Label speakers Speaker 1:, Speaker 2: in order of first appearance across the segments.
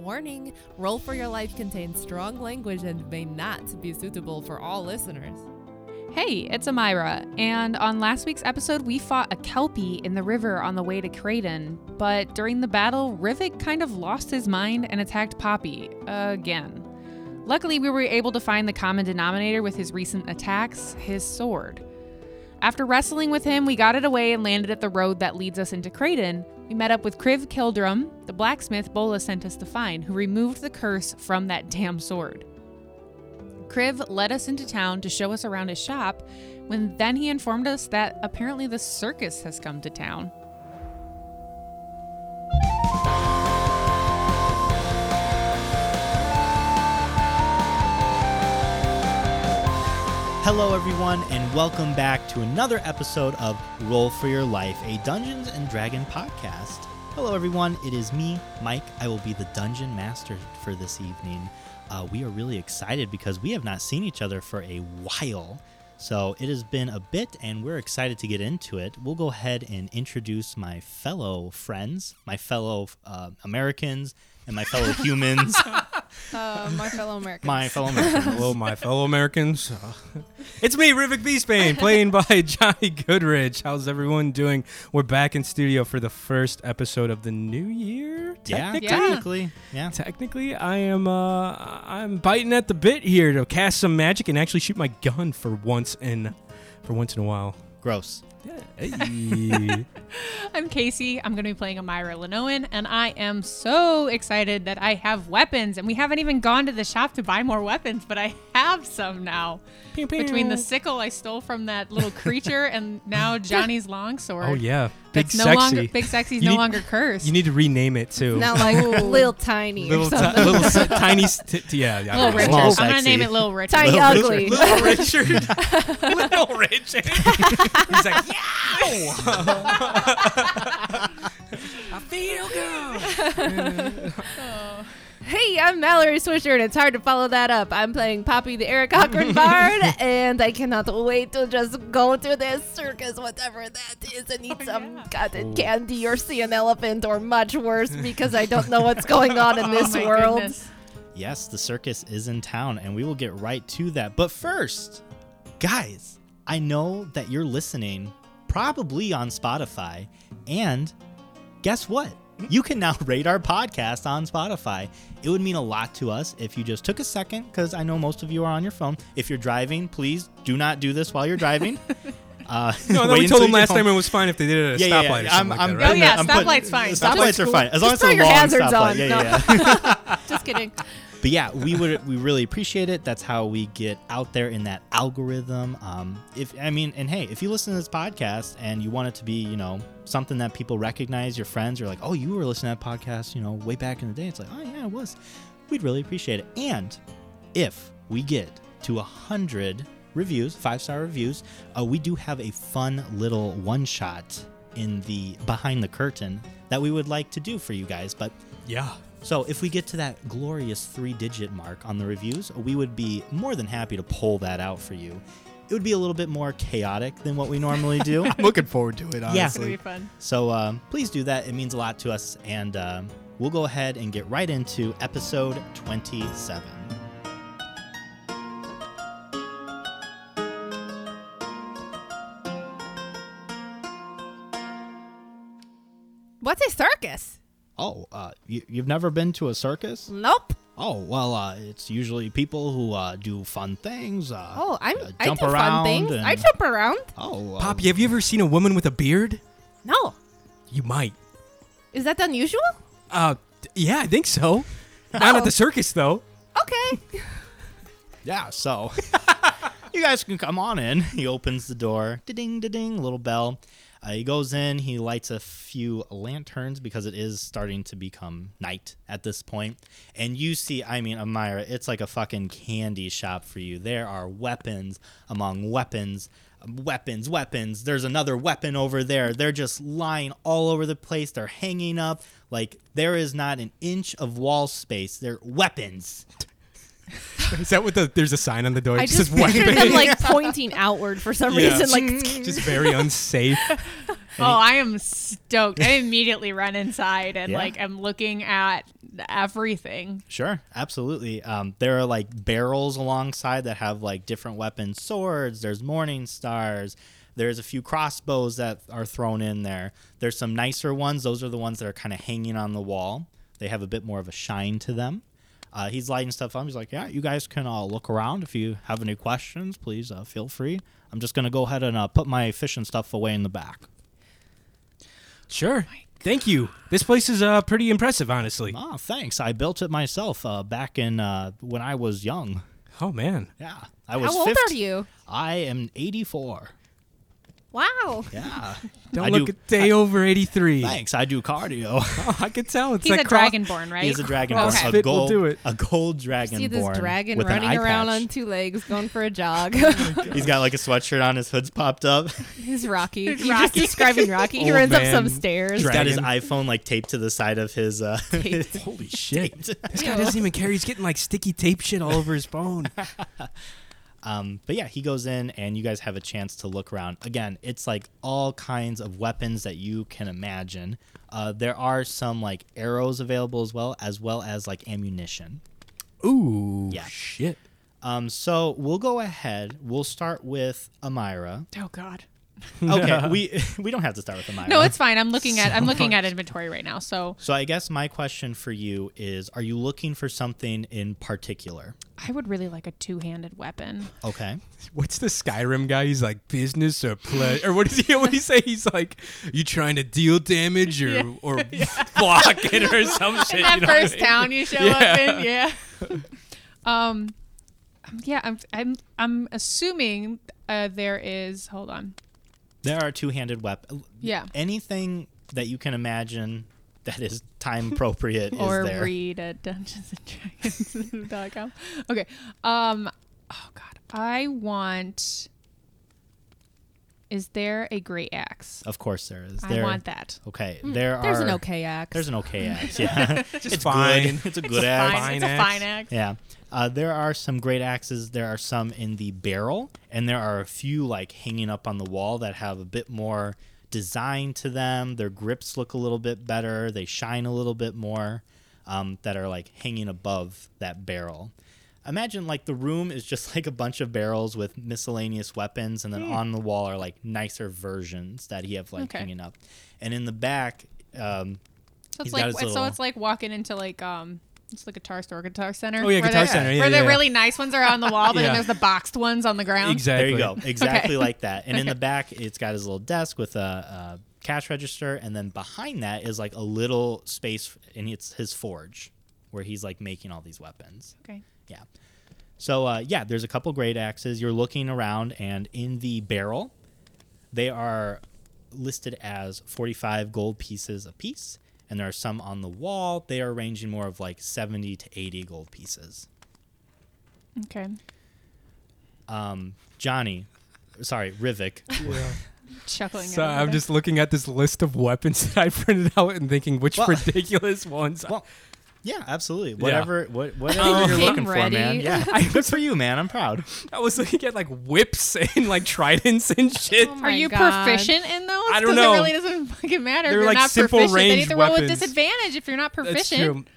Speaker 1: Warning Roll for Your Life contains strong language and may not be suitable for all listeners.
Speaker 2: Hey, it's Amira, and on last week's episode, we fought a Kelpie in the river on the way to Creighton, but during the battle, Rivik kind of lost his mind and attacked Poppy again. Luckily, we were able to find the common denominator with his recent attacks his sword. After wrestling with him, we got it away and landed at the road that leads us into Creighton. We met up with Kriv Kildrum, the blacksmith Bola sent us to find, who removed the curse from that damn sword. Kriv led us into town to show us around his shop, when then he informed us that apparently the circus has come to town.
Speaker 3: Hello, everyone, and welcome back to another episode of Roll for Your Life, a Dungeons and Dragon podcast. Hello, everyone. It is me, Mike. I will be the dungeon master for this evening. Uh, we are really excited because we have not seen each other for a while. So it has been a bit, and we're excited to get into it. We'll go ahead and introduce my fellow friends, my fellow uh, Americans, and my fellow humans.
Speaker 1: Uh, my fellow Americans.
Speaker 3: my fellow Americans.
Speaker 4: Hello, my fellow Americans. Uh, it's me, Rivik B. Spain, playing by Johnny Goodrich. How's everyone doing? We're back in studio for the first episode of the new year.
Speaker 3: yeah,
Speaker 4: Technically,
Speaker 3: technically. Yeah.
Speaker 4: technically, I am. Uh, I'm biting at the bit here to cast some magic and actually shoot my gun for once in, for once in a while.
Speaker 3: Gross.
Speaker 4: Hey.
Speaker 2: I'm Casey. I'm going to be playing Amira Lenoan, and I am so excited that I have weapons. And we haven't even gone to the shop to buy more weapons, but I have some now.
Speaker 4: Pew, pew.
Speaker 2: Between the sickle I stole from that little creature and now Johnny's longsword.
Speaker 4: oh yeah, big
Speaker 2: That's no
Speaker 4: sexy.
Speaker 2: longer big sexy's
Speaker 4: You
Speaker 2: no
Speaker 4: need-
Speaker 2: longer cursed.
Speaker 4: You need to rename it too.
Speaker 5: Not like little tiny or
Speaker 4: little, ti-
Speaker 5: something.
Speaker 4: little si- tiny, st- yeah, yeah.
Speaker 2: Little
Speaker 4: yeah.
Speaker 2: Richard.
Speaker 3: Small
Speaker 2: I'm gonna
Speaker 3: sexy.
Speaker 2: name it Little Richard.
Speaker 5: Tiny
Speaker 3: Little
Speaker 5: ugly.
Speaker 4: Little Richard. Little Richard. He's like, yeah. I feel good.
Speaker 5: Hey, I'm Mallory Swisher, and it's hard to follow that up. I'm playing Poppy the Eric Cochran Bard, and I cannot wait to just go to this circus, whatever that is, and eat some goddamn candy or see an elephant or much worse because I don't know what's going on in this
Speaker 2: Oh my
Speaker 5: world.
Speaker 2: goodness.
Speaker 3: Yes, the circus is in town, and we will get right to that. But first, guys, I know that you're listening probably on Spotify, and guess what? You can now rate our podcast on Spotify. It would mean a lot to us if you just took a second, because I know most of you are on your phone. If you're driving, please do not do this while you're driving. uh,
Speaker 4: No, no,
Speaker 3: wait
Speaker 4: we
Speaker 3: until
Speaker 4: told him
Speaker 3: you
Speaker 4: last
Speaker 3: don't-
Speaker 4: time it was fine if they did it at a
Speaker 3: yeah, yeah,
Speaker 4: stoplight or
Speaker 3: yeah. I'm-
Speaker 4: something like
Speaker 3: I'm-
Speaker 4: that, right?
Speaker 2: Oh, yeah,
Speaker 3: I'm putting-
Speaker 2: stoplight's fine.
Speaker 3: Stoplights are fine as long as
Speaker 5: Just
Speaker 3: it's
Speaker 5: put
Speaker 3: a
Speaker 5: your
Speaker 3: long
Speaker 5: hazards
Speaker 3: stoplight.
Speaker 5: on.
Speaker 3: Yeah,
Speaker 5: No.
Speaker 3: yeah, yeah.
Speaker 5: Just kidding.
Speaker 3: But yeah, we would we really appreciate it. That's how we get out there in that algorithm. Um, if I mean, and hey, if you listen to this podcast and you want it to be, you know, something that people recognize, your friends are like, oh, you were listening to that podcast, you know, way back in the day. It's like, oh yeah, it was. We'd really appreciate it. And if we get to a hundred reviews, five star reviews, uh, we do have a fun little one shot in the behind the curtain that we would like to do for you guys. But
Speaker 4: Yeah.
Speaker 3: so, if we get to that glorious three digit mark on the reviews, we would be more than happy to pull that out for you. It would be a little bit more chaotic than what we normally do.
Speaker 4: I'm looking forward to it,
Speaker 2: It's gonna be fun.
Speaker 3: so, um, please do that. It means a lot to us. And um, we'll go ahead and get right into episode 27.
Speaker 5: What's a circus?
Speaker 3: Oh, uh, you, you've never been to a circus?
Speaker 5: Nope.
Speaker 3: Oh, well, uh, it's usually people who uh, do fun things. Uh,
Speaker 5: Oh, I'm.
Speaker 3: uh,
Speaker 5: I do
Speaker 3: jump
Speaker 5: fun
Speaker 3: around
Speaker 5: things.
Speaker 3: and-
Speaker 5: I jump around.
Speaker 3: Oh, uh,
Speaker 4: Poppy, have you ever seen a woman with a beard?
Speaker 5: No,
Speaker 4: You might.
Speaker 5: is that unusual?
Speaker 4: Uh, d- yeah, I think so. Not at the circus though.
Speaker 5: Okay.
Speaker 3: Yeah, so you guys can come on in. He opens the door, ding, ding, little bell. Uh, he goes in. He lights a few lanterns because it is starting to become night at this point. And you see, I mean, Amira, it's like a fucking candy shop for you. There are weapons among weapons, weapons, weapons. There's another weapon over there. They're just lying all over the place. They're hanging up. Like there is not an inch of wall space. They're weapons.
Speaker 4: Is that what the? There's a sign on the door.
Speaker 2: I
Speaker 4: that says
Speaker 2: just pictured
Speaker 4: weapon.
Speaker 5: them like pointing outward for some
Speaker 4: Yeah.
Speaker 5: reason. Like
Speaker 4: just very unsafe.
Speaker 2: Oh, I am stoked. I immediately run inside and
Speaker 3: Yeah.
Speaker 2: like am looking at everything.
Speaker 3: Sure, absolutely. Um, there are like barrels alongside that have like different weapons, swords. There's morning stars. There's a few crossbows that are thrown in there. There's some nicer ones. Those are the ones that are kind of hanging on the wall. They have a bit more of a shine to them. Uh, he's lighting stuff up. He's like, "Yeah, you guys can uh, look around. If you have any questions, please uh, feel free." I'm just gonna go ahead and uh, put my fish and stuff away in the back.
Speaker 2: Oh
Speaker 4: Sure. Thank you. This place is uh, pretty impressive, honestly.
Speaker 3: Ah, thanks. I built it myself uh, back in uh, when I was young.
Speaker 4: Oh man.
Speaker 3: Yeah, I was.
Speaker 5: how old are
Speaker 3: 15.
Speaker 5: you?
Speaker 3: I am 84.
Speaker 5: Wow.
Speaker 3: Yeah.
Speaker 4: Don't
Speaker 3: I
Speaker 4: look
Speaker 3: do-
Speaker 4: a day over 83.
Speaker 3: Thanks. I do cardio.
Speaker 4: Oh, I could tell. It's
Speaker 2: He's
Speaker 4: that
Speaker 2: a
Speaker 4: cross-
Speaker 2: dragonborn, right?
Speaker 3: He is a
Speaker 4: Okay.
Speaker 3: dragonborn. A
Speaker 4: Fit will
Speaker 3: gold,
Speaker 4: do it.
Speaker 3: a gold dragonborn.
Speaker 5: See this dragon
Speaker 3: with an
Speaker 5: running
Speaker 3: eye
Speaker 5: around
Speaker 3: patch.
Speaker 5: on two legs, going for a jog.
Speaker 3: He's got like a sweatshirt on. His hood's popped up.
Speaker 5: He's Rocky. You're just
Speaker 2: Rocky.
Speaker 5: describing Rocky. He
Speaker 4: Old
Speaker 5: runs up some
Speaker 4: man
Speaker 5: stairs.
Speaker 3: He's got his
Speaker 4: Dragon.
Speaker 3: iPhone like taped to the side of his. Uh,
Speaker 4: Holy shit.
Speaker 5: Ew.
Speaker 4: This guy doesn't even care. He's getting like sticky tape shit all over his phone.
Speaker 3: um, but yeah, he goes in, and you guys have a chance to look around. Again, it's like all kinds of weapons that you can imagine. Uh, there are some like arrows available as well, as well as like ammunition.
Speaker 4: Ooh.
Speaker 3: Yeah.
Speaker 4: Shit.
Speaker 3: Um, so we'll go ahead. We'll start with Amira.
Speaker 2: oh God.
Speaker 3: Okay, we we don't have to start with Amira.
Speaker 2: No, it's fine. I'm looking at I'm looking at inventory right now. So
Speaker 3: So I guess my question for you is: Are you looking for something in particular?
Speaker 2: I would really like a two-handed weapon.
Speaker 3: Okay.
Speaker 4: What's the Skyrim guy? He's like business or pleasure, or what does he always say? He's like, you trying to deal damage or or block it or some shit.
Speaker 2: In that
Speaker 4: you know what I
Speaker 2: first
Speaker 4: mean?
Speaker 2: town you show up in, yeah. um, yeah. I'm I'm I'm assuming uh, there is. Hold on.
Speaker 3: There are two-handed weapons.
Speaker 2: Yeah.
Speaker 3: Anything that you can imagine that is time appropriate is
Speaker 2: or
Speaker 3: there.
Speaker 2: read at dungeonsanddragons.com. okay. Um oh god. I want Is there a great axe?
Speaker 3: of course, there is.
Speaker 2: I
Speaker 3: There-
Speaker 2: want that. Mm,
Speaker 3: Okay. There
Speaker 5: There's
Speaker 3: are.
Speaker 5: an okay axe.
Speaker 3: There's an okay axe. Yeah.
Speaker 4: Just
Speaker 3: it's
Speaker 4: fine.
Speaker 3: good. It's a good axe.
Speaker 2: Fine,
Speaker 4: Fine
Speaker 2: it's a
Speaker 4: axe.
Speaker 2: fine axe.
Speaker 3: Yeah. Uh, there are some great axes. There are some in the barrel, and there are a few like hanging up on the wall that have a bit more design to them. Their grips look a little bit better. They shine a little bit more. Um, that are like hanging above that barrel. Imagine like the room is just like a bunch of barrels with miscellaneous weapons, and then on the wall are like nicer versions that he have like
Speaker 2: Okay.
Speaker 3: hanging up. And in the back, um,
Speaker 2: So it's
Speaker 3: He's
Speaker 2: like
Speaker 3: got his
Speaker 2: so
Speaker 3: little-
Speaker 2: it's like walking into like um it's like guitar store, guitar center.
Speaker 4: Oh, yeah,
Speaker 2: where
Speaker 4: Guitar
Speaker 2: the,
Speaker 4: Center, yeah,
Speaker 2: where
Speaker 4: yeah,
Speaker 2: the
Speaker 4: yeah.
Speaker 2: really nice ones are on the wall, but
Speaker 4: Yeah.
Speaker 2: then there's the boxed ones on the ground.
Speaker 4: Exactly.
Speaker 3: There you go. Exactly like that. And in the back, it's got his little desk with a, a cash register, and then behind that is like a little space, and it's his forge, where he's like making all these weapons.
Speaker 2: Okay.
Speaker 3: Yeah. So uh, yeah, there's a couple great axes. You're looking around, and in the barrel, they are listed as 45 gold pieces apiece, and there are some on the wall. They are ranging more of like 70 to 80 gold pieces.
Speaker 2: Okay.
Speaker 3: Um, Johnny, sorry, Rivik.
Speaker 2: Chuckling.
Speaker 4: So
Speaker 2: at
Speaker 4: I'm
Speaker 2: everything.
Speaker 4: just looking at this list of weapons that I printed out and thinking which
Speaker 3: Well-
Speaker 4: ridiculous ones.
Speaker 3: Well, yeah, absolutely. Whatever, what, whatever
Speaker 4: Um,
Speaker 3: you're
Speaker 5: Came
Speaker 3: looking for,
Speaker 5: ready.
Speaker 3: man. Yeah, good for you, man. I'm proud.
Speaker 4: I was looking at like whips and like tridents and shit.
Speaker 5: Oh
Speaker 2: Are
Speaker 5: my
Speaker 2: you
Speaker 5: God.
Speaker 2: proficient in those?
Speaker 4: I don't
Speaker 2: 'Cause
Speaker 4: know.
Speaker 2: It really doesn't fucking matter.
Speaker 4: They're
Speaker 2: if you're
Speaker 4: like
Speaker 2: not
Speaker 4: simple
Speaker 2: proficient. They
Speaker 4: ranged
Speaker 2: either roll with
Speaker 4: weapons.
Speaker 2: disadvantage if you're not
Speaker 4: That's
Speaker 2: proficient.
Speaker 4: true.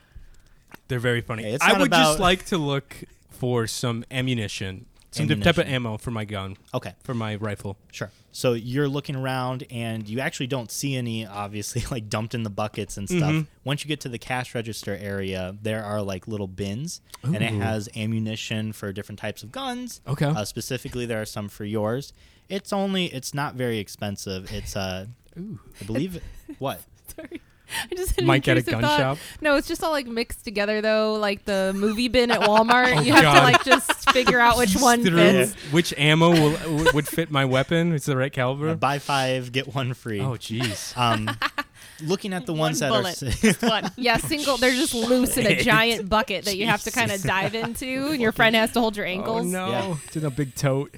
Speaker 4: They're very funny.
Speaker 3: Hey, it's
Speaker 4: I
Speaker 3: not
Speaker 4: would just
Speaker 3: about-
Speaker 4: like to look for some ammunition, some different type of
Speaker 3: Ammunition.
Speaker 4: ammo for my gun,
Speaker 3: Okay,
Speaker 4: for my rifle.
Speaker 3: sure. So you're looking around, and you actually don't see any, obviously, like dumped in the buckets and stuff.
Speaker 4: Mm-hmm.
Speaker 3: Once you get to the cash register area, there are like little bins, and it
Speaker 4: Ooh.
Speaker 3: has ammunition for different types of guns.
Speaker 4: Okay.
Speaker 3: Uh, specifically, there are some for yours. It's only, it's not very expensive. It's uh, I believe what.
Speaker 5: Sorry. I just had an
Speaker 4: Mike at a
Speaker 5: intrusive
Speaker 4: gun
Speaker 5: thought.
Speaker 4: shop?
Speaker 5: No, it's just all like mixed together though, like the movie bin at Walmart.
Speaker 4: Oh,
Speaker 5: you have to
Speaker 4: God.
Speaker 5: like just figure out which one
Speaker 4: Through
Speaker 5: fits.
Speaker 4: Which ammo will, w- would fit my weapon? It's the right
Speaker 3: Uh,
Speaker 4: caliber.
Speaker 3: buy five, get one free.
Speaker 4: Oh, jeez.
Speaker 3: Um, looking at the ones that
Speaker 2: bullet.
Speaker 3: are.
Speaker 2: What?
Speaker 5: Yeah, single. They're just loose in a
Speaker 4: Oh, shit.
Speaker 5: giant bucket that you have to kind of dive into, and your friend has to hold your
Speaker 4: Oh
Speaker 5: ankles.
Speaker 4: no!
Speaker 3: Yeah.
Speaker 4: It's in a big tote.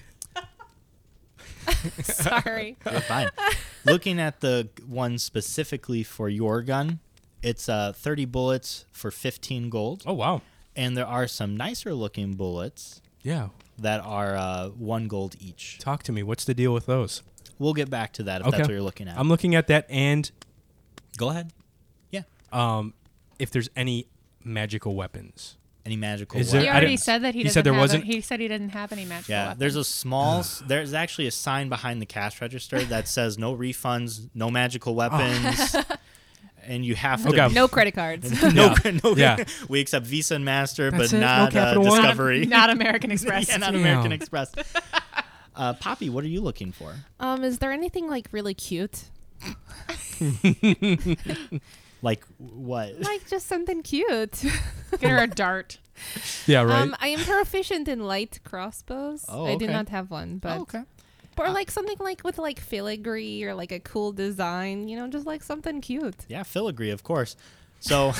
Speaker 5: Sorry.
Speaker 3: You're fine. Looking at the one specifically for your gun, it's uh, 30 bullets for 15 gold.
Speaker 4: Oh wow!
Speaker 3: And there are some nicer looking bullets
Speaker 4: Yeah.
Speaker 3: that are uh, one gold each.
Speaker 4: Talk to me. What's the deal with those?
Speaker 3: We'll get back to that if that's what you're looking at.
Speaker 4: I'm looking at that and
Speaker 3: Go ahead. Yeah.
Speaker 4: um, if there's any magical weapons.
Speaker 3: Any magical
Speaker 4: Is
Speaker 3: weapon?
Speaker 4: there-
Speaker 2: He
Speaker 4: I
Speaker 2: already
Speaker 4: didn't-
Speaker 2: said that he,
Speaker 4: he
Speaker 2: doesn't
Speaker 4: said there
Speaker 2: have
Speaker 4: wasn't-
Speaker 2: A, he said he didn't have any magical.
Speaker 3: Yeah,
Speaker 2: weapons.
Speaker 3: there's a small. s- there's actually a sign behind the cash register that says no refunds, no magical weapons, and you have to.
Speaker 4: Ah. Okay.
Speaker 5: No credit cards.
Speaker 3: no,
Speaker 4: Yeah.
Speaker 3: no,
Speaker 4: Yeah.
Speaker 3: We accept Visa and Master,
Speaker 4: That's
Speaker 3: but
Speaker 4: it? No
Speaker 3: not uh,
Speaker 4: Capital One?
Speaker 2: not,
Speaker 3: Discovery.
Speaker 2: not American Express.
Speaker 3: yeah, not
Speaker 4: Damn.
Speaker 3: American Express. Uh, Poppy, what are you looking for?
Speaker 5: um, is there anything like really cute?
Speaker 3: Like what?
Speaker 5: Like just something cute.
Speaker 2: Get her a dart.
Speaker 4: Yeah, right.
Speaker 5: Um, I am proficient in light crossbows.
Speaker 3: Oh,
Speaker 5: I do
Speaker 3: okay.
Speaker 5: not have one, but
Speaker 3: Oh, okay.
Speaker 4: Uh,
Speaker 5: or like something like with like filigree or like a cool design. You know, just like something cute.
Speaker 3: Yeah, filigree, of course. So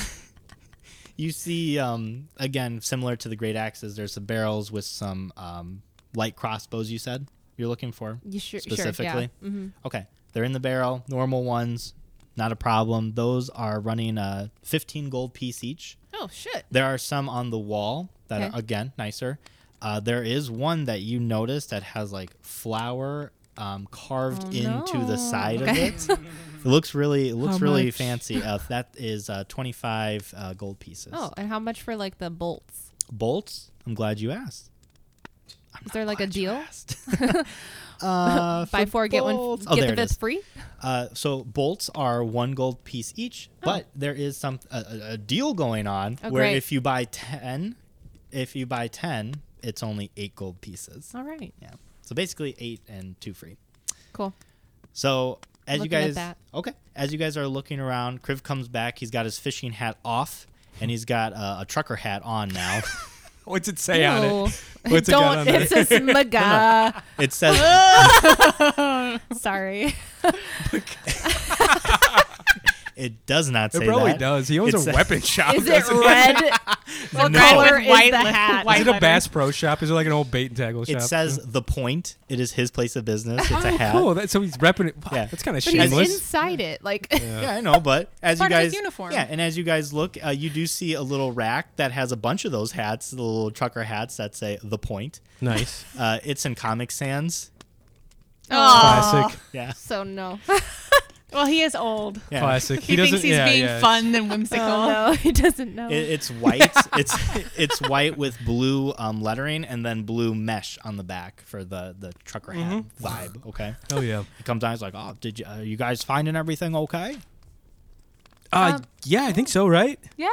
Speaker 3: you see, um, again, similar to the great axes, there's the barrels with some um, light crossbows. You said you're looking for.
Speaker 5: You sure? Sure, yeah. Mm-hmm.
Speaker 3: specifically? Okay. They're in the barrel, normal ones, not a problem. Those are running uh, 15 gold piece each.
Speaker 5: Oh shit!
Speaker 3: There are some on the wall that
Speaker 5: Okay.
Speaker 3: are, again, nicer. Uh, there is one that you notice that has like flower um, carved into the side
Speaker 5: Oh, Okay.
Speaker 3: of it. It looks really, it looks
Speaker 4: How
Speaker 3: really
Speaker 4: much?
Speaker 3: fancy. Uh, that is uh, 25 uh, gold pieces.
Speaker 5: Oh, and how much for like the bolts?
Speaker 3: Bolts. I'm glad you asked.
Speaker 5: Is there like a deal?
Speaker 3: Uh,
Speaker 5: Buy
Speaker 3: for
Speaker 5: four, get one,
Speaker 3: bolts- Oh,
Speaker 5: get the
Speaker 3: there it is.
Speaker 5: fifth free.
Speaker 3: Uh, so bolts are one gold piece each, but there is some a, a- a deal going on
Speaker 5: Oh,
Speaker 3: where
Speaker 5: great.
Speaker 3: if you buy ten, if you buy ten, it's only eight gold pieces.
Speaker 5: All right,
Speaker 3: Yeah, so basically eight and two free.
Speaker 5: cool.
Speaker 3: So as
Speaker 5: Looking at
Speaker 3: you guys
Speaker 5: that.
Speaker 3: okay, as you guys are looking around, Kriv comes back. He's got his fishing hat off, and he's got a, a trucker hat on now.
Speaker 4: What's it say on
Speaker 5: Ew.
Speaker 4: it? What's it got
Speaker 5: Don't.
Speaker 4: on
Speaker 5: It
Speaker 4: it?
Speaker 5: says maga.
Speaker 3: it says
Speaker 5: Sorry.
Speaker 3: it does not say
Speaker 4: It probably
Speaker 3: that.
Speaker 4: does. He owns
Speaker 3: It's
Speaker 4: a
Speaker 3: a-
Speaker 4: weapon shop.
Speaker 5: Is it
Speaker 4: doesn't he?
Speaker 5: red? what
Speaker 4: No.
Speaker 5: color
Speaker 2: With
Speaker 5: is
Speaker 2: white
Speaker 5: the
Speaker 2: le-
Speaker 5: hat?
Speaker 2: white
Speaker 4: Is it a
Speaker 2: letters?
Speaker 4: Bass Pro shop? Is it like an old bait and tackle shop?
Speaker 3: It says uh, the point. It is his place of business. It's a
Speaker 4: Oh,
Speaker 3: hat.
Speaker 4: cool. That, so he's repping it. Wow,
Speaker 3: Yeah.
Speaker 4: That's kind of
Speaker 5: But he's
Speaker 4: shameless.
Speaker 5: inside it. Like
Speaker 3: Yeah, I know, but as
Speaker 2: Part
Speaker 3: you
Speaker 2: of
Speaker 3: guys
Speaker 2: his uniform.
Speaker 3: yeah, and as you guys look, uh, you do see a little rack that has a bunch of those hats, the little trucker hats that say "The Point."
Speaker 4: nice.
Speaker 3: Uh, it's in Comic Sans.
Speaker 4: Classic.
Speaker 3: Yeah,
Speaker 5: so no.
Speaker 2: Well, he is old.
Speaker 3: yeah.
Speaker 4: Classic.
Speaker 2: He, thinks
Speaker 4: doesn't-
Speaker 2: he's
Speaker 4: yeah,
Speaker 2: being
Speaker 4: yeah.
Speaker 2: fun and whimsical.
Speaker 5: Oh, no, he doesn't know.
Speaker 3: It, it's white. it's it's white with blue um, lettering and then blue mesh on the back for the the trucker hat vibe. Okay,
Speaker 4: Oh yeah.
Speaker 3: it comes down. It's like, oh, did you are you guys finding everything okay?
Speaker 4: Uh, yeah, I think so. Right?
Speaker 5: yeah.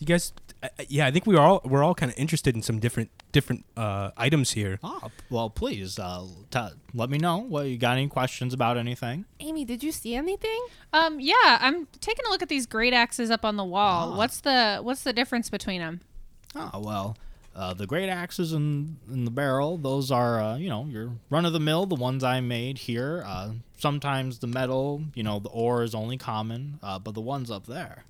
Speaker 4: You guys? Uh, uh, yeah, I think we are all we're all kind of interested in some different different uh, items here.
Speaker 3: Oh, well, please uh, t- let me know. Well, you got any questions about anything?
Speaker 5: Amy, did you see anything?
Speaker 2: Um, yeah, I'm taking a look at these great axes up on the wall. What's the what's the difference between them?
Speaker 3: Oh well, uh, the great axes in, in the barrel, those are uh, you know your run of the mill, the ones I made here. Uh, sometimes the metal, you know, the ore is only common, uh, but the ones up there,